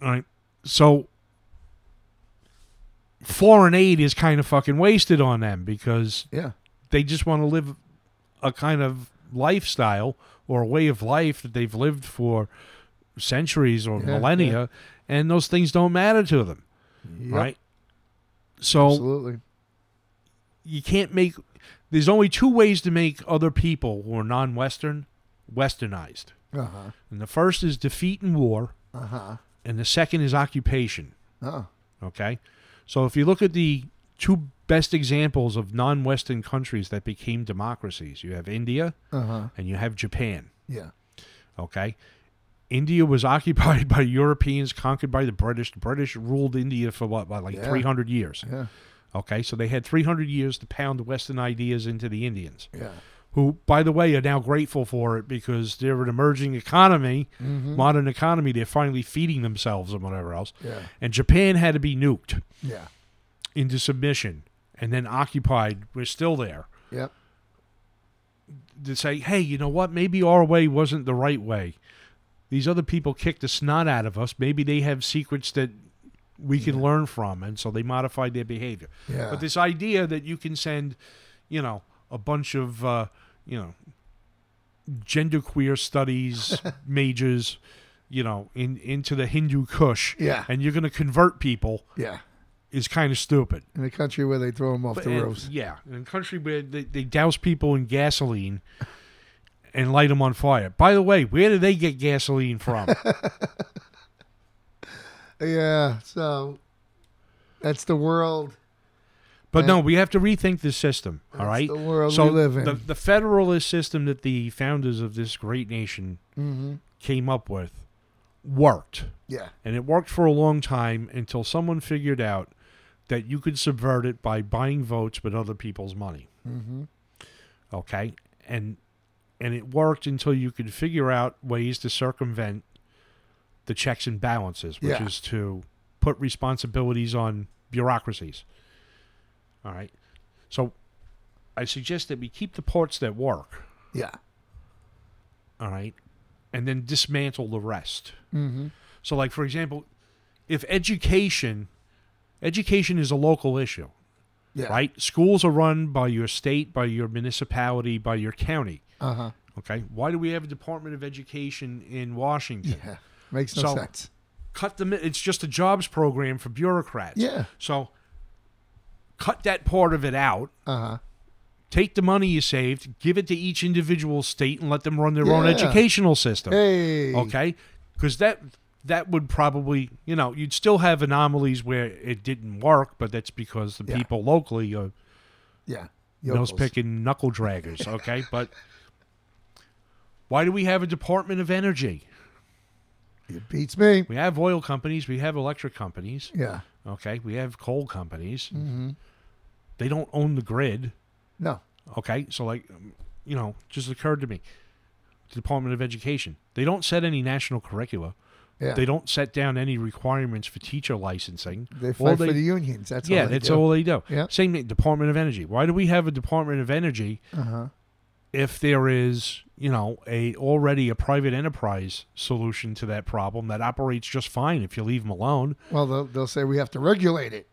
Speaker 2: All right. So foreign aid is kind of fucking wasted on them because
Speaker 1: Yeah.
Speaker 2: they just want to live a kind of lifestyle or a way of life that they've lived for centuries or
Speaker 1: Yeah,
Speaker 2: millennia and those things don't matter to them,
Speaker 1: Yep,
Speaker 2: right? So
Speaker 1: Absolutely.
Speaker 2: you can't make there's only two ways to make other people who are non-western westernized.
Speaker 1: Uh huh.
Speaker 2: And the first is defeat in war
Speaker 1: Uh huh.
Speaker 2: and the second is occupation.
Speaker 1: Oh.
Speaker 2: Okay. So if you look at the two best examples of non Western countries that became democracies, you have India
Speaker 1: Uh huh.
Speaker 2: and you have Japan.
Speaker 1: Yeah.
Speaker 2: Okay. India was *laughs* occupied by Europeans, conquered by the British. The British ruled India for what, about like
Speaker 1: Yeah.
Speaker 2: 300 years.
Speaker 1: Yeah.
Speaker 2: Okay. So they had 300 years to pound Western ideas into the Indians,
Speaker 1: Yeah.
Speaker 2: who, by the way, are now grateful for it because they're an emerging economy,
Speaker 1: Mm-hmm.
Speaker 2: modern economy. They're finally feeding themselves and whatever else.
Speaker 1: Yeah.
Speaker 2: And Japan had to be nuked.
Speaker 1: Yeah.
Speaker 2: into submission and then occupied we're still there
Speaker 1: Yep.
Speaker 2: to say hey you know what maybe our way wasn't the right way these other people kicked the snot out of us maybe they have secrets that we can learn from and so they modified their behavior
Speaker 1: Yeah.
Speaker 2: but this idea that you can send you know a bunch
Speaker 1: *laughs*
Speaker 2: of uh, you know genderqueer studies majors you know, in into the Hindu Kush,
Speaker 1: Yeah.
Speaker 2: and you're going to convert people
Speaker 1: Yeah.
Speaker 2: is kind of stupid.
Speaker 1: In a country where they throw them off the
Speaker 2: and-
Speaker 1: roofs.
Speaker 2: Yeah, in a country where they, they douse people in gasoline and light them on fire. By the way, where do they get gasoline
Speaker 1: *laughs*
Speaker 2: from?
Speaker 1: Yeah. So that's the world.
Speaker 2: but no,
Speaker 1: Yeah.
Speaker 2: we have to rethink this system. all
Speaker 1: That's
Speaker 2: right,
Speaker 1: the world
Speaker 2: so
Speaker 1: we live in.
Speaker 2: the the federalist system that the founders of this great nation
Speaker 1: hmm
Speaker 2: came up with worked,
Speaker 1: Yeah.
Speaker 2: and it worked for a long time until someone figured out that you could subvert it by buying votes with other people's money.
Speaker 1: hmm
Speaker 2: okay and and it worked until you could figure out ways to circumvent the checks and balances which
Speaker 1: Yeah.
Speaker 2: is to put responsibilities on bureaucracies all right so i suggest that we keep the parts that work
Speaker 1: Yeah.
Speaker 2: all right and then dismantle the rest
Speaker 1: hmm
Speaker 2: so like for example if education education is a local issue
Speaker 1: Yeah.
Speaker 2: right schools are run by your state by your municipality by your county
Speaker 1: Uh huh.
Speaker 2: Okay. Why do we have a Department of Education in Washington?
Speaker 1: Yeah. Makes no
Speaker 2: So-
Speaker 1: sense.
Speaker 2: Cut them. It's just a jobs program for bureaucrats.
Speaker 1: Yeah.
Speaker 2: So cut that part of it out.
Speaker 1: Uh huh.
Speaker 2: Take the money you saved, give it to each individual state, and let them run their own
Speaker 1: Yeah.
Speaker 2: educational system.
Speaker 1: Hey.
Speaker 2: Okay. Because that that would probably you know you'd still have anomalies where it didn't work, but that's because the
Speaker 1: Yeah.
Speaker 2: people locally uh, are
Speaker 1: Yeah.
Speaker 2: nose
Speaker 1: Yokels.
Speaker 2: picking knuckle draggers. Okay, but. Why do we have a Department of Energy?
Speaker 1: It beats me.
Speaker 2: We have oil companies, we have electric companies,
Speaker 1: Yeah. Mm-hmm.
Speaker 2: okay, we have coal companies. They don't own the grid,
Speaker 1: No.
Speaker 2: okay? So, like, um, you know, just occurred to me the Department of Education, they don't set any national curricula,
Speaker 1: Yeah.
Speaker 2: they don't set down any requirements for teacher licensing.
Speaker 1: They
Speaker 2: All
Speaker 1: fight for the unions. That's
Speaker 2: yeah,
Speaker 1: all they
Speaker 2: that's
Speaker 1: do.
Speaker 2: all they do.
Speaker 1: Yeah.
Speaker 2: Same thing, Department of Energy. Why do we have a Department of Energy
Speaker 1: Uh-huh.
Speaker 2: if there is, you know, a already a private enterprise solution to that problem that operates just fine if you leave them alone?
Speaker 1: Well, they'll, they'll say we have to regulate it.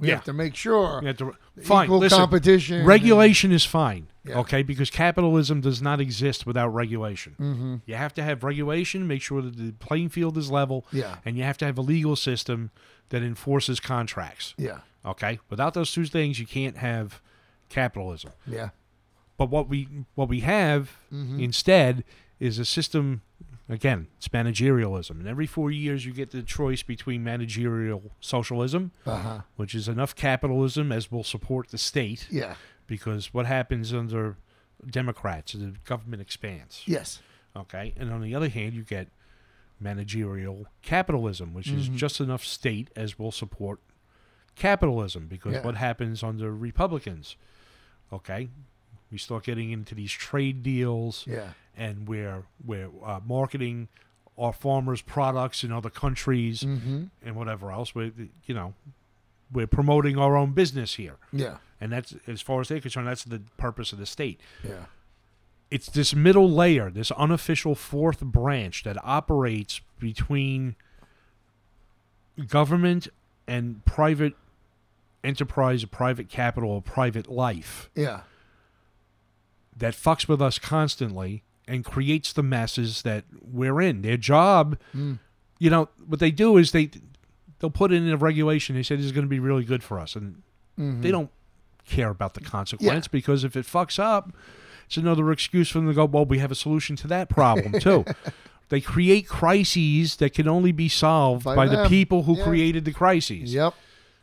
Speaker 1: We
Speaker 2: Yeah.
Speaker 1: have to make sure
Speaker 2: You have to- fine,
Speaker 1: equal
Speaker 2: listen,
Speaker 1: competition.
Speaker 2: Regulation is fine,
Speaker 1: Mm-hmm. Yeah.
Speaker 2: okay, because capitalism does not exist without regulation.
Speaker 1: Mm-hmm.
Speaker 2: You have to have regulation, make sure that the playing field is level,
Speaker 1: Yeah.
Speaker 2: and you have to have a legal system that enforces contracts,
Speaker 1: Yeah.
Speaker 2: okay? Without those two things, you can't have capitalism.
Speaker 1: Yeah. Mm-hmm.
Speaker 2: But what we what we have instead is a system again, it's managerialism. And every 4 years you get the choice between managerial socialism,
Speaker 1: Uh huh.
Speaker 2: which is enough capitalism as will support the state
Speaker 1: Yeah.
Speaker 2: because what happens under Democrats, the government expands.
Speaker 1: Yes.
Speaker 2: Okay. And on the other hand, you get managerial capitalism, which
Speaker 1: Mm-hmm.
Speaker 2: is just enough state as will support capitalism because
Speaker 1: Yeah.
Speaker 2: what happens under Republicans? Okay. We start getting into these trade deals
Speaker 1: Yeah.
Speaker 2: and we're, we're uh, marketing our farmers' products in other countries
Speaker 1: Mm-hmm.
Speaker 2: and whatever else. We, you know, we're promoting our own business here.
Speaker 1: Yeah.
Speaker 2: And that's, as far as they're concerned, that's the purpose of the state.
Speaker 1: Yeah.
Speaker 2: It's this middle layer, this unofficial fourth branch that operates between government and private enterprise, private capital, or private life
Speaker 1: Yeah.
Speaker 2: that fucks with us constantly and creates the messes that we're in. Their job,
Speaker 1: Mm.
Speaker 2: you know, what they do is they they'll put in a regulation. They say this is going to be really good for us, and
Speaker 1: Mhm.
Speaker 2: they don't care about the consequence because if it fucks up, it's another excuse for them to go, well, we have a solution to that problem
Speaker 1: *laughs*
Speaker 2: too. they create crises that can only be solved by,
Speaker 1: By
Speaker 2: the
Speaker 1: them.
Speaker 2: people who
Speaker 1: Yeah.
Speaker 2: created the crises.
Speaker 1: Yep.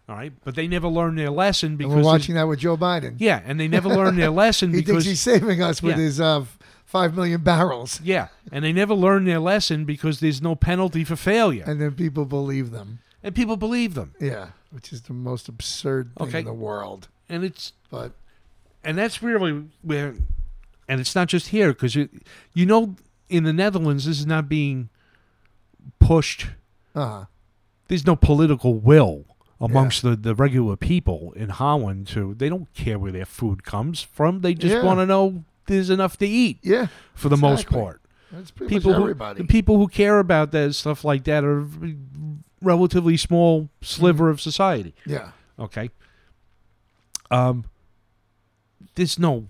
Speaker 2: All right, but they never learn their lesson
Speaker 1: And
Speaker 2: because
Speaker 1: we're
Speaker 2: there's-
Speaker 1: watching that with Joe Biden.
Speaker 2: yeah, and they never
Speaker 1: *laughs*
Speaker 2: learn their lesson
Speaker 1: he
Speaker 2: because
Speaker 1: thinks he's saving us with
Speaker 2: Yeah.
Speaker 1: his uh, f- five million barrels,
Speaker 2: yeah, and they never learn their lesson because there's no penalty for failure, and,
Speaker 1: and then people believe them.
Speaker 2: people believe them,
Speaker 1: Yeah, which is the most absurd thing
Speaker 2: Okay.
Speaker 1: in the world.
Speaker 2: and it's
Speaker 1: But
Speaker 2: and that's really where, and it's not just here because you, you know, in the Netherlands, this is not being pushed.
Speaker 1: uh,
Speaker 2: There's no political will amongst the, the regular people in Holland to. They don't care where their food comes from. They just
Speaker 1: Yeah.
Speaker 2: want to know there's enough to eat
Speaker 1: yeah,
Speaker 2: for the most
Speaker 1: Exactly.
Speaker 2: part.
Speaker 1: that's pretty
Speaker 2: People
Speaker 1: much
Speaker 2: who,
Speaker 1: everybody.
Speaker 2: the people who care about that stuff like that are a relatively small sliver
Speaker 1: Mm.
Speaker 2: of society.
Speaker 1: yeah,
Speaker 2: Okay. Um, there's no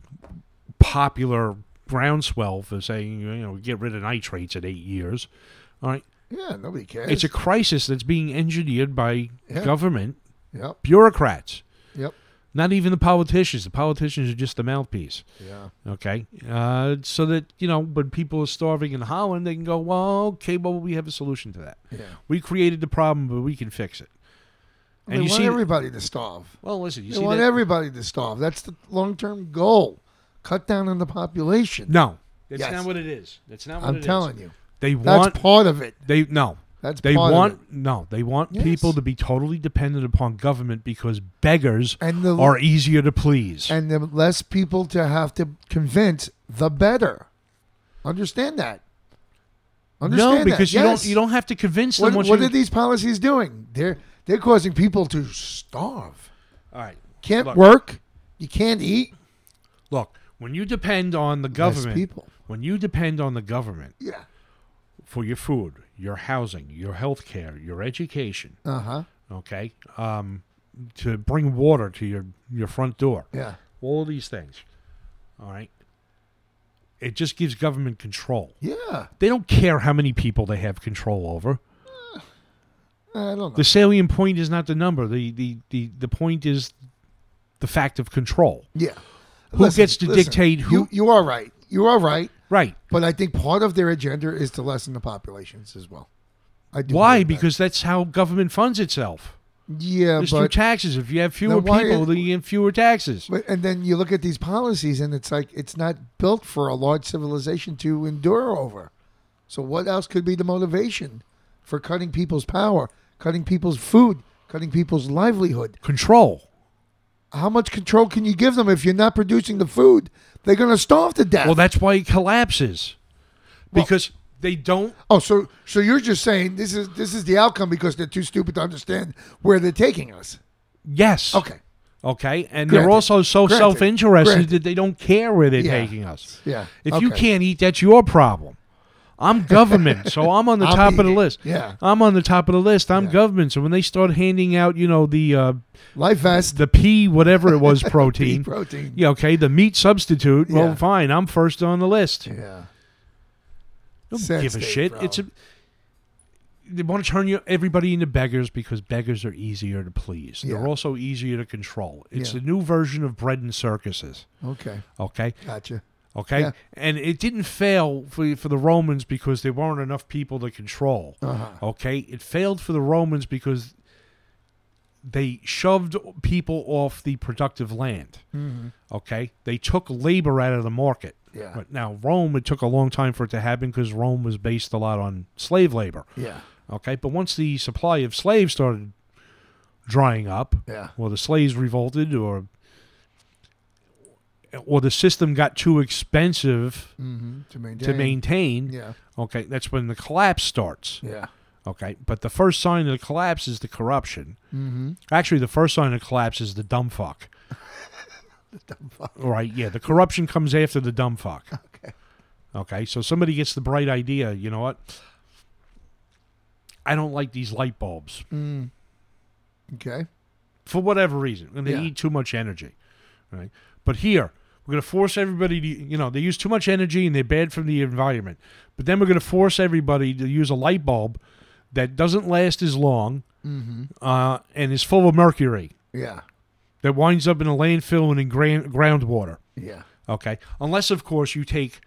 Speaker 2: popular groundswell for saying you know get rid of nitrates in eight years. All right,
Speaker 1: Yeah, nobody cares.
Speaker 2: It's a crisis that's being engineered by
Speaker 1: Yeah.
Speaker 2: government
Speaker 1: yep,
Speaker 2: bureaucrats.
Speaker 1: Yep.
Speaker 2: Not even the politicians. The politicians are just the mouthpiece.
Speaker 1: yeah,
Speaker 2: Okay. Uh, so that, you know, when people are starving in Holland, they can go, well, okay, well, we have a solution to that.
Speaker 1: yeah.
Speaker 2: We created the problem, but we can fix it.
Speaker 1: They
Speaker 2: And you
Speaker 1: want
Speaker 2: see-
Speaker 1: everybody to starve.
Speaker 2: Well, listen, you
Speaker 1: They
Speaker 2: see
Speaker 1: want
Speaker 2: that?
Speaker 1: everybody to starve. That's the long-term goal. Cut down on the population.
Speaker 2: no. That's
Speaker 1: Yes.
Speaker 2: not what it is. That's not what
Speaker 1: I'm
Speaker 2: it is.
Speaker 1: telling you,
Speaker 2: They
Speaker 1: that's
Speaker 2: want
Speaker 1: part of it.
Speaker 2: they no.
Speaker 1: That's
Speaker 2: They
Speaker 1: part of
Speaker 2: want
Speaker 1: it.
Speaker 2: no. They want
Speaker 1: Yes.
Speaker 2: people to be totally dependent upon government because beggars
Speaker 1: and the
Speaker 2: are easier to please.
Speaker 1: and the less people to have to convince, the better. Understand that. Understand
Speaker 2: no, because
Speaker 1: that.
Speaker 2: you
Speaker 1: yes.
Speaker 2: don't you don't have to convince them.
Speaker 1: What,
Speaker 2: once
Speaker 1: what
Speaker 2: you,
Speaker 1: are these policies doing? They're they're causing people to starve.
Speaker 2: All right,
Speaker 1: Can't
Speaker 2: Look.
Speaker 1: work. You can't eat.
Speaker 2: look. When you depend on the
Speaker 1: Less
Speaker 2: government,
Speaker 1: people.
Speaker 2: when you depend on the government
Speaker 1: Yeah.
Speaker 2: for your food, your housing, your health care, your education,
Speaker 1: Uh huh.
Speaker 2: okay, um, to bring water to your your front door,
Speaker 1: Yeah.
Speaker 2: all these things. All right. It just gives government control.
Speaker 1: Yeah.
Speaker 2: They don't care how many people they have control over.
Speaker 1: I don't know.
Speaker 2: The salient point is not the number. The the the, the point is the fact of control.
Speaker 1: Yeah.
Speaker 2: Who gets to dictate who-
Speaker 1: You, you are right. You are right.
Speaker 2: Right.
Speaker 1: But I think part of their agenda is to lessen the populations as well. I do
Speaker 2: Why?
Speaker 1: believe that.
Speaker 2: Because that's how government funds itself.
Speaker 1: yeah,
Speaker 2: It's through
Speaker 1: Uh, but
Speaker 2: taxes. If you have fewer
Speaker 1: Then why-
Speaker 2: people, then you get fewer taxes.
Speaker 1: But, and then you look at these policies, and it's like it's not built for a large civilization to endure over. So what else could be the motivation for cutting people's power, cutting people's food, cutting people's livelihood?
Speaker 2: Control.
Speaker 1: How much control can you give them if you're not producing the food? They're going to starve to death.
Speaker 2: Well, that's why it collapses. Because they don't
Speaker 1: oh, so so you're just saying this is this is the outcome because they're too stupid to understand where they're taking us.
Speaker 2: Yes.
Speaker 1: Okay.
Speaker 2: Okay. And they're
Speaker 1: Granted.
Speaker 2: also so
Speaker 1: Granted.
Speaker 2: self interested
Speaker 1: Granted.
Speaker 2: that they don't care where they're
Speaker 1: Yeah.
Speaker 2: taking us.
Speaker 1: Yeah.
Speaker 2: If you
Speaker 1: Okay.
Speaker 2: can't eat, that's your problem.
Speaker 1: *laughs*
Speaker 2: I'm government, so I'm on the
Speaker 1: I'm
Speaker 2: top of the
Speaker 1: eating.
Speaker 2: list.
Speaker 1: Yeah.
Speaker 2: I'm on the top of the list. I'm
Speaker 1: Yeah.
Speaker 2: government. So when they start handing out, you know, the uh,
Speaker 1: life vest,
Speaker 2: the pea, whatever it
Speaker 1: *laughs*
Speaker 2: was, protein.
Speaker 1: beef protein.
Speaker 2: Yeah, okay, the meat substitute. Well,
Speaker 1: Yeah.
Speaker 2: fine, I'm first on the list.
Speaker 1: Yeah.
Speaker 2: Don't
Speaker 1: Sad
Speaker 2: give a
Speaker 1: state,
Speaker 2: shit.
Speaker 1: bro.
Speaker 2: It's a they want to turn you, everybody into beggars because beggars are easier to please.
Speaker 1: Yeah.
Speaker 2: They're also easier to control. It's
Speaker 1: Yeah.
Speaker 2: a new version of bread and circuses.
Speaker 1: Okay.
Speaker 2: Okay,
Speaker 1: Gotcha.
Speaker 2: okay,
Speaker 1: Yeah.
Speaker 2: and it didn't fail for for the Romans because there weren't enough people to control.
Speaker 1: Uh huh.
Speaker 2: Okay, it failed for the Romans because they shoved people off the productive land.
Speaker 1: Mm-hmm.
Speaker 2: Okay, they took labor out of the market.
Speaker 1: Yeah.
Speaker 2: But now Rome, it took a long time for it to happen because Rome was based a lot on slave labor.
Speaker 1: Yeah.
Speaker 2: Okay, but once the supply of slaves started drying up,
Speaker 1: Yeah.
Speaker 2: or the slaves revolted, or or the system got too expensive
Speaker 1: Mm-hmm. To maintain.
Speaker 2: to maintain,
Speaker 1: Yeah.
Speaker 2: okay, that's when the collapse starts.
Speaker 1: Yeah.
Speaker 2: Okay, but the first sign of the collapse is the corruption.
Speaker 1: Mm-hmm.
Speaker 2: Actually, the first sign of collapse is the
Speaker 1: *laughs*
Speaker 2: dumb fuck. Right, yeah. The corruption comes after the dumb fuck.
Speaker 1: *laughs* Okay.
Speaker 2: Okay, so somebody gets the bright idea, you know what? I don't like these light bulbs
Speaker 1: Mm. Okay.
Speaker 2: for whatever reason, and they
Speaker 1: Yeah.
Speaker 2: eat too much energy. Right? But here, we're going to force everybody to, you know, they use too much energy and they're bad for the environment. But then we're going to force everybody to use a light bulb that doesn't last as long
Speaker 1: Mm-hmm.
Speaker 2: uh, and is full of mercury
Speaker 1: Yeah.
Speaker 2: that winds up in a landfill and in gran- groundwater.
Speaker 1: Yeah.
Speaker 2: Okay. Unless, of course, you take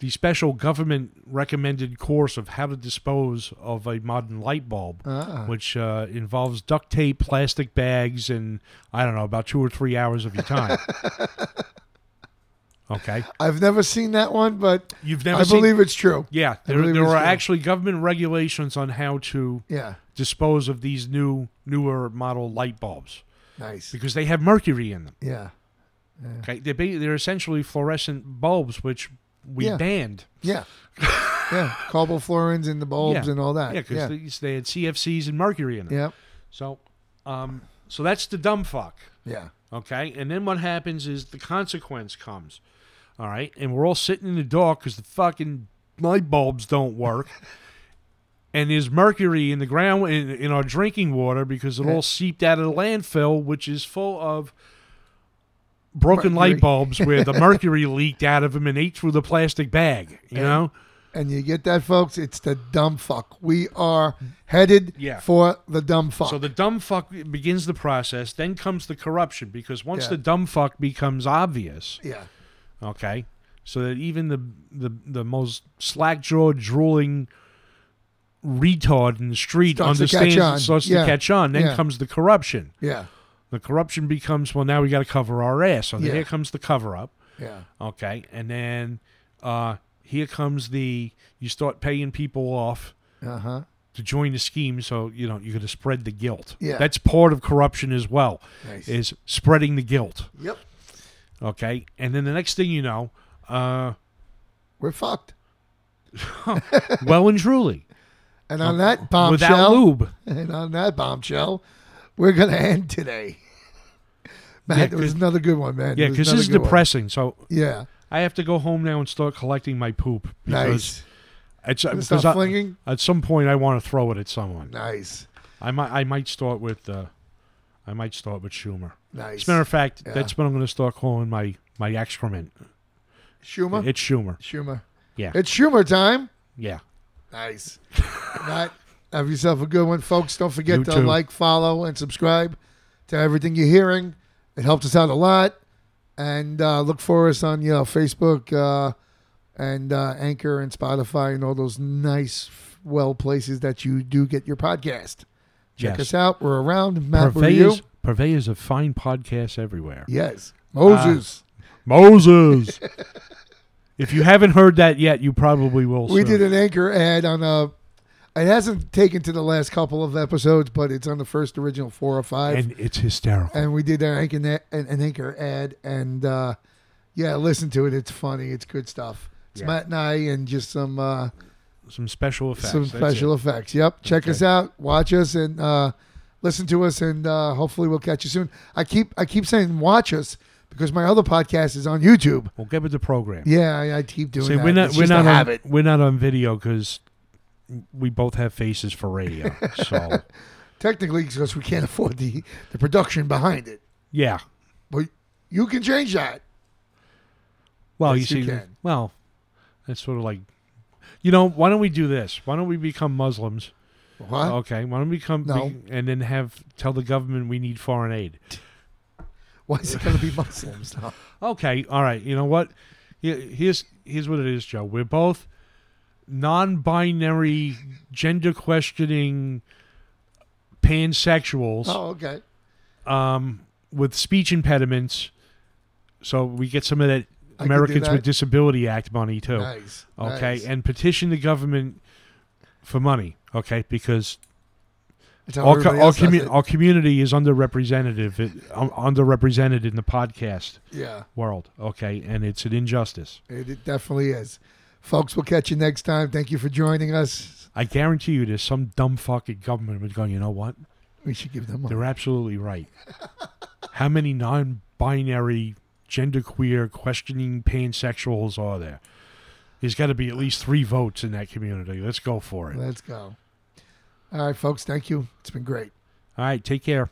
Speaker 2: the special government recommended course of how to dispose of a modern light bulb,
Speaker 1: Uh-uh.
Speaker 2: which uh, involves duct tape, plastic bags, and I don't know, about two or three hours of your time. okay.
Speaker 1: I've never seen that one, but
Speaker 2: You've never
Speaker 1: I
Speaker 2: seen.
Speaker 1: believe it's true.
Speaker 2: yeah, there,
Speaker 1: believe
Speaker 2: there
Speaker 1: it's
Speaker 2: are
Speaker 1: true.
Speaker 2: actually government regulations on how to
Speaker 1: Yeah.
Speaker 2: dispose of these new, newer model light bulbs
Speaker 1: Nice.
Speaker 2: because they have mercury in them.
Speaker 1: Yeah.
Speaker 2: Okay, they're, ba- they're essentially fluorescent bulbs, which we
Speaker 1: Yeah.
Speaker 2: banned.
Speaker 1: *laughs* Yeah. yeah. Carbofuarins and the bulbs
Speaker 2: Yeah.
Speaker 1: and all that.
Speaker 2: Yeah,
Speaker 1: Uh, Yeah.
Speaker 2: because they, had CFCs and mercury in them.
Speaker 1: yeah.
Speaker 2: So, um, so that's the dumb fuck.
Speaker 1: Yeah.
Speaker 2: Okay, and then what happens is the consequence comes. All right, and we're all sitting in the dark because the fucking light bulbs
Speaker 1: *laughs*
Speaker 2: don't work, and there's mercury in the ground in, in our drinking water because it all seeped out of the landfill, which is full of broken light
Speaker 1: Mercury. *laughs*
Speaker 2: bulbs where the mercury leaked out of them and ate through the plastic bag. You know,
Speaker 1: And you get that, folks? It's the dumb fuck. We are headed
Speaker 2: Yeah.
Speaker 1: for the dumb fuck.
Speaker 2: So the dumb fuck begins the process. Then comes the corruption because once
Speaker 1: Yeah.
Speaker 2: the dumb fuck becomes obvious,
Speaker 1: yeah.
Speaker 2: okay, so that even the the the most slack jawed drooling retard in the street
Speaker 1: Starts to catch
Speaker 2: understands
Speaker 1: on.
Speaker 2: starts
Speaker 1: Yeah.
Speaker 2: to catch on. Then
Speaker 1: Yeah.
Speaker 2: comes the corruption.
Speaker 1: Yeah.
Speaker 2: The corruption becomes well. Now we got to cover our ass. So
Speaker 1: Yeah.
Speaker 2: here comes the cover up.
Speaker 1: Yeah.
Speaker 2: Okay, and then uh, here comes the you start paying people off
Speaker 1: Uh huh.
Speaker 2: to join the scheme, so you know you're going to spread the guilt.
Speaker 1: Yeah.
Speaker 2: that's part of corruption as well,
Speaker 1: Nice.
Speaker 2: is spreading the guilt.
Speaker 1: yep.
Speaker 2: Okay, and then the next thing you know, uh,
Speaker 1: We're fucked.
Speaker 2: well and truly,
Speaker 1: And on that
Speaker 2: without
Speaker 1: bombshell,
Speaker 2: lube,
Speaker 1: and on that bombshell, we're gonna *laughs* end today. Man,
Speaker 2: Yeah,
Speaker 1: it was
Speaker 2: 'cause-
Speaker 1: another good one, man.
Speaker 2: yeah,
Speaker 1: It was
Speaker 2: because
Speaker 1: another
Speaker 2: this is
Speaker 1: good one.
Speaker 2: depressing. So
Speaker 1: Yeah,
Speaker 2: I have to go home now and start collecting my poop.
Speaker 1: nice.
Speaker 2: It's, uh,
Speaker 1: Gonna
Speaker 2: because
Speaker 1: Stop
Speaker 2: I-
Speaker 1: flinging.
Speaker 2: at some point, I want to throw it at someone.
Speaker 1: Nice,
Speaker 2: I might, I might start with, uh, I might start with Schumer.
Speaker 1: nice.
Speaker 2: As a matter of fact,
Speaker 1: Yeah.
Speaker 2: that's what I'm going to start calling my my excrement.
Speaker 1: Schumer,
Speaker 2: It's Schumer.
Speaker 1: Schumer.
Speaker 2: Yeah.
Speaker 1: it's Schumer time.
Speaker 2: Yeah.
Speaker 1: Nice. Matt, have yourself a good one, folks. Don't forget
Speaker 2: You
Speaker 1: to
Speaker 2: too.
Speaker 1: like, follow, and subscribe to everything you're hearing. It helps us out a lot. And uh, look for us on you know Facebook uh, and uh, Anchor and Spotify and all those nice, well places that you do get your podcast. Check
Speaker 2: Yes.
Speaker 1: us out. We're around. Matt, where are you?
Speaker 2: Purveyors, purveyors of fine podcasts everywhere.
Speaker 1: Yes, Moses.
Speaker 2: Ah,
Speaker 1: *laughs*
Speaker 2: Moses. if you haven't heard that yet, you probably will.
Speaker 1: we
Speaker 2: soon.
Speaker 1: did an Anchor ad on a. It hasn't taken to the last couple of episodes, but it's on the first original four or five.
Speaker 2: and it's hysterical.
Speaker 1: and we did an anchor, an, an anchor ad, and uh, yeah, listen to it. It's funny. It's good stuff. It's
Speaker 2: Yeah.
Speaker 1: Matt and I, and just some uh,
Speaker 2: Some special effects.
Speaker 1: some
Speaker 2: That's
Speaker 1: special
Speaker 2: it.
Speaker 1: effects. Yep, check us out, watch us, and uh, listen to us, and uh, hopefully we'll catch you soon. I keep I keep saying watch us because my other podcast is on YouTube.
Speaker 2: We'll get with the program.
Speaker 1: Yeah, I, I keep doing
Speaker 2: See,
Speaker 1: that.
Speaker 2: we're not
Speaker 1: It's
Speaker 2: we're
Speaker 1: just a
Speaker 2: not on,
Speaker 1: habit.
Speaker 2: we're not on video because we both have faces
Speaker 1: *laughs*
Speaker 2: for radio. so
Speaker 1: Technically, because we can't *laughs* afford the the production behind it,
Speaker 2: yeah.
Speaker 1: but you can change that.
Speaker 2: Well,
Speaker 1: Yes,
Speaker 2: you
Speaker 1: you
Speaker 2: see,
Speaker 1: can.
Speaker 2: well, that's sort of like, you know, why don't we do this? Why don't we become Muslims?
Speaker 1: What?
Speaker 2: Okay, why don't we come be-
Speaker 1: No.
Speaker 2: and then have tell the government we need foreign aid?
Speaker 1: Why is it going to be *laughs* Muslims now?
Speaker 2: Okay, all right. You know what? Here- Here's here's what it is, Joe. We're both non-binary, gender questioning, pansexuals
Speaker 1: Oh, okay.
Speaker 2: um, with speech impediments. So we get some of that
Speaker 1: I can do
Speaker 2: Americans
Speaker 1: that.
Speaker 2: with Disability Act money too.
Speaker 1: Nice.
Speaker 2: okay,
Speaker 1: nice.
Speaker 2: and petition the government for money, okay, because
Speaker 1: That's how
Speaker 2: our, co-
Speaker 1: everybody
Speaker 2: our,
Speaker 1: else does
Speaker 2: commu-
Speaker 1: it.
Speaker 2: our community is underrepresented, it, um, underrepresented in the podcast
Speaker 1: Yeah,
Speaker 2: world, okay, and it's an injustice.
Speaker 1: it, it definitely is. Folks, we'll catch you next time. Thank you for joining us.
Speaker 2: I guarantee you, there's some dumb fucking government that's going, you know what?
Speaker 1: We should give them
Speaker 2: They're absolutely right. *laughs* How many non-binary, genderqueer, questioning pansexuals are there? There's got to be at least three votes in that community. Let's go for
Speaker 1: a.
Speaker 2: it.
Speaker 1: Let's go. All right, folks. Thank you. It's been great.
Speaker 2: All right, take care.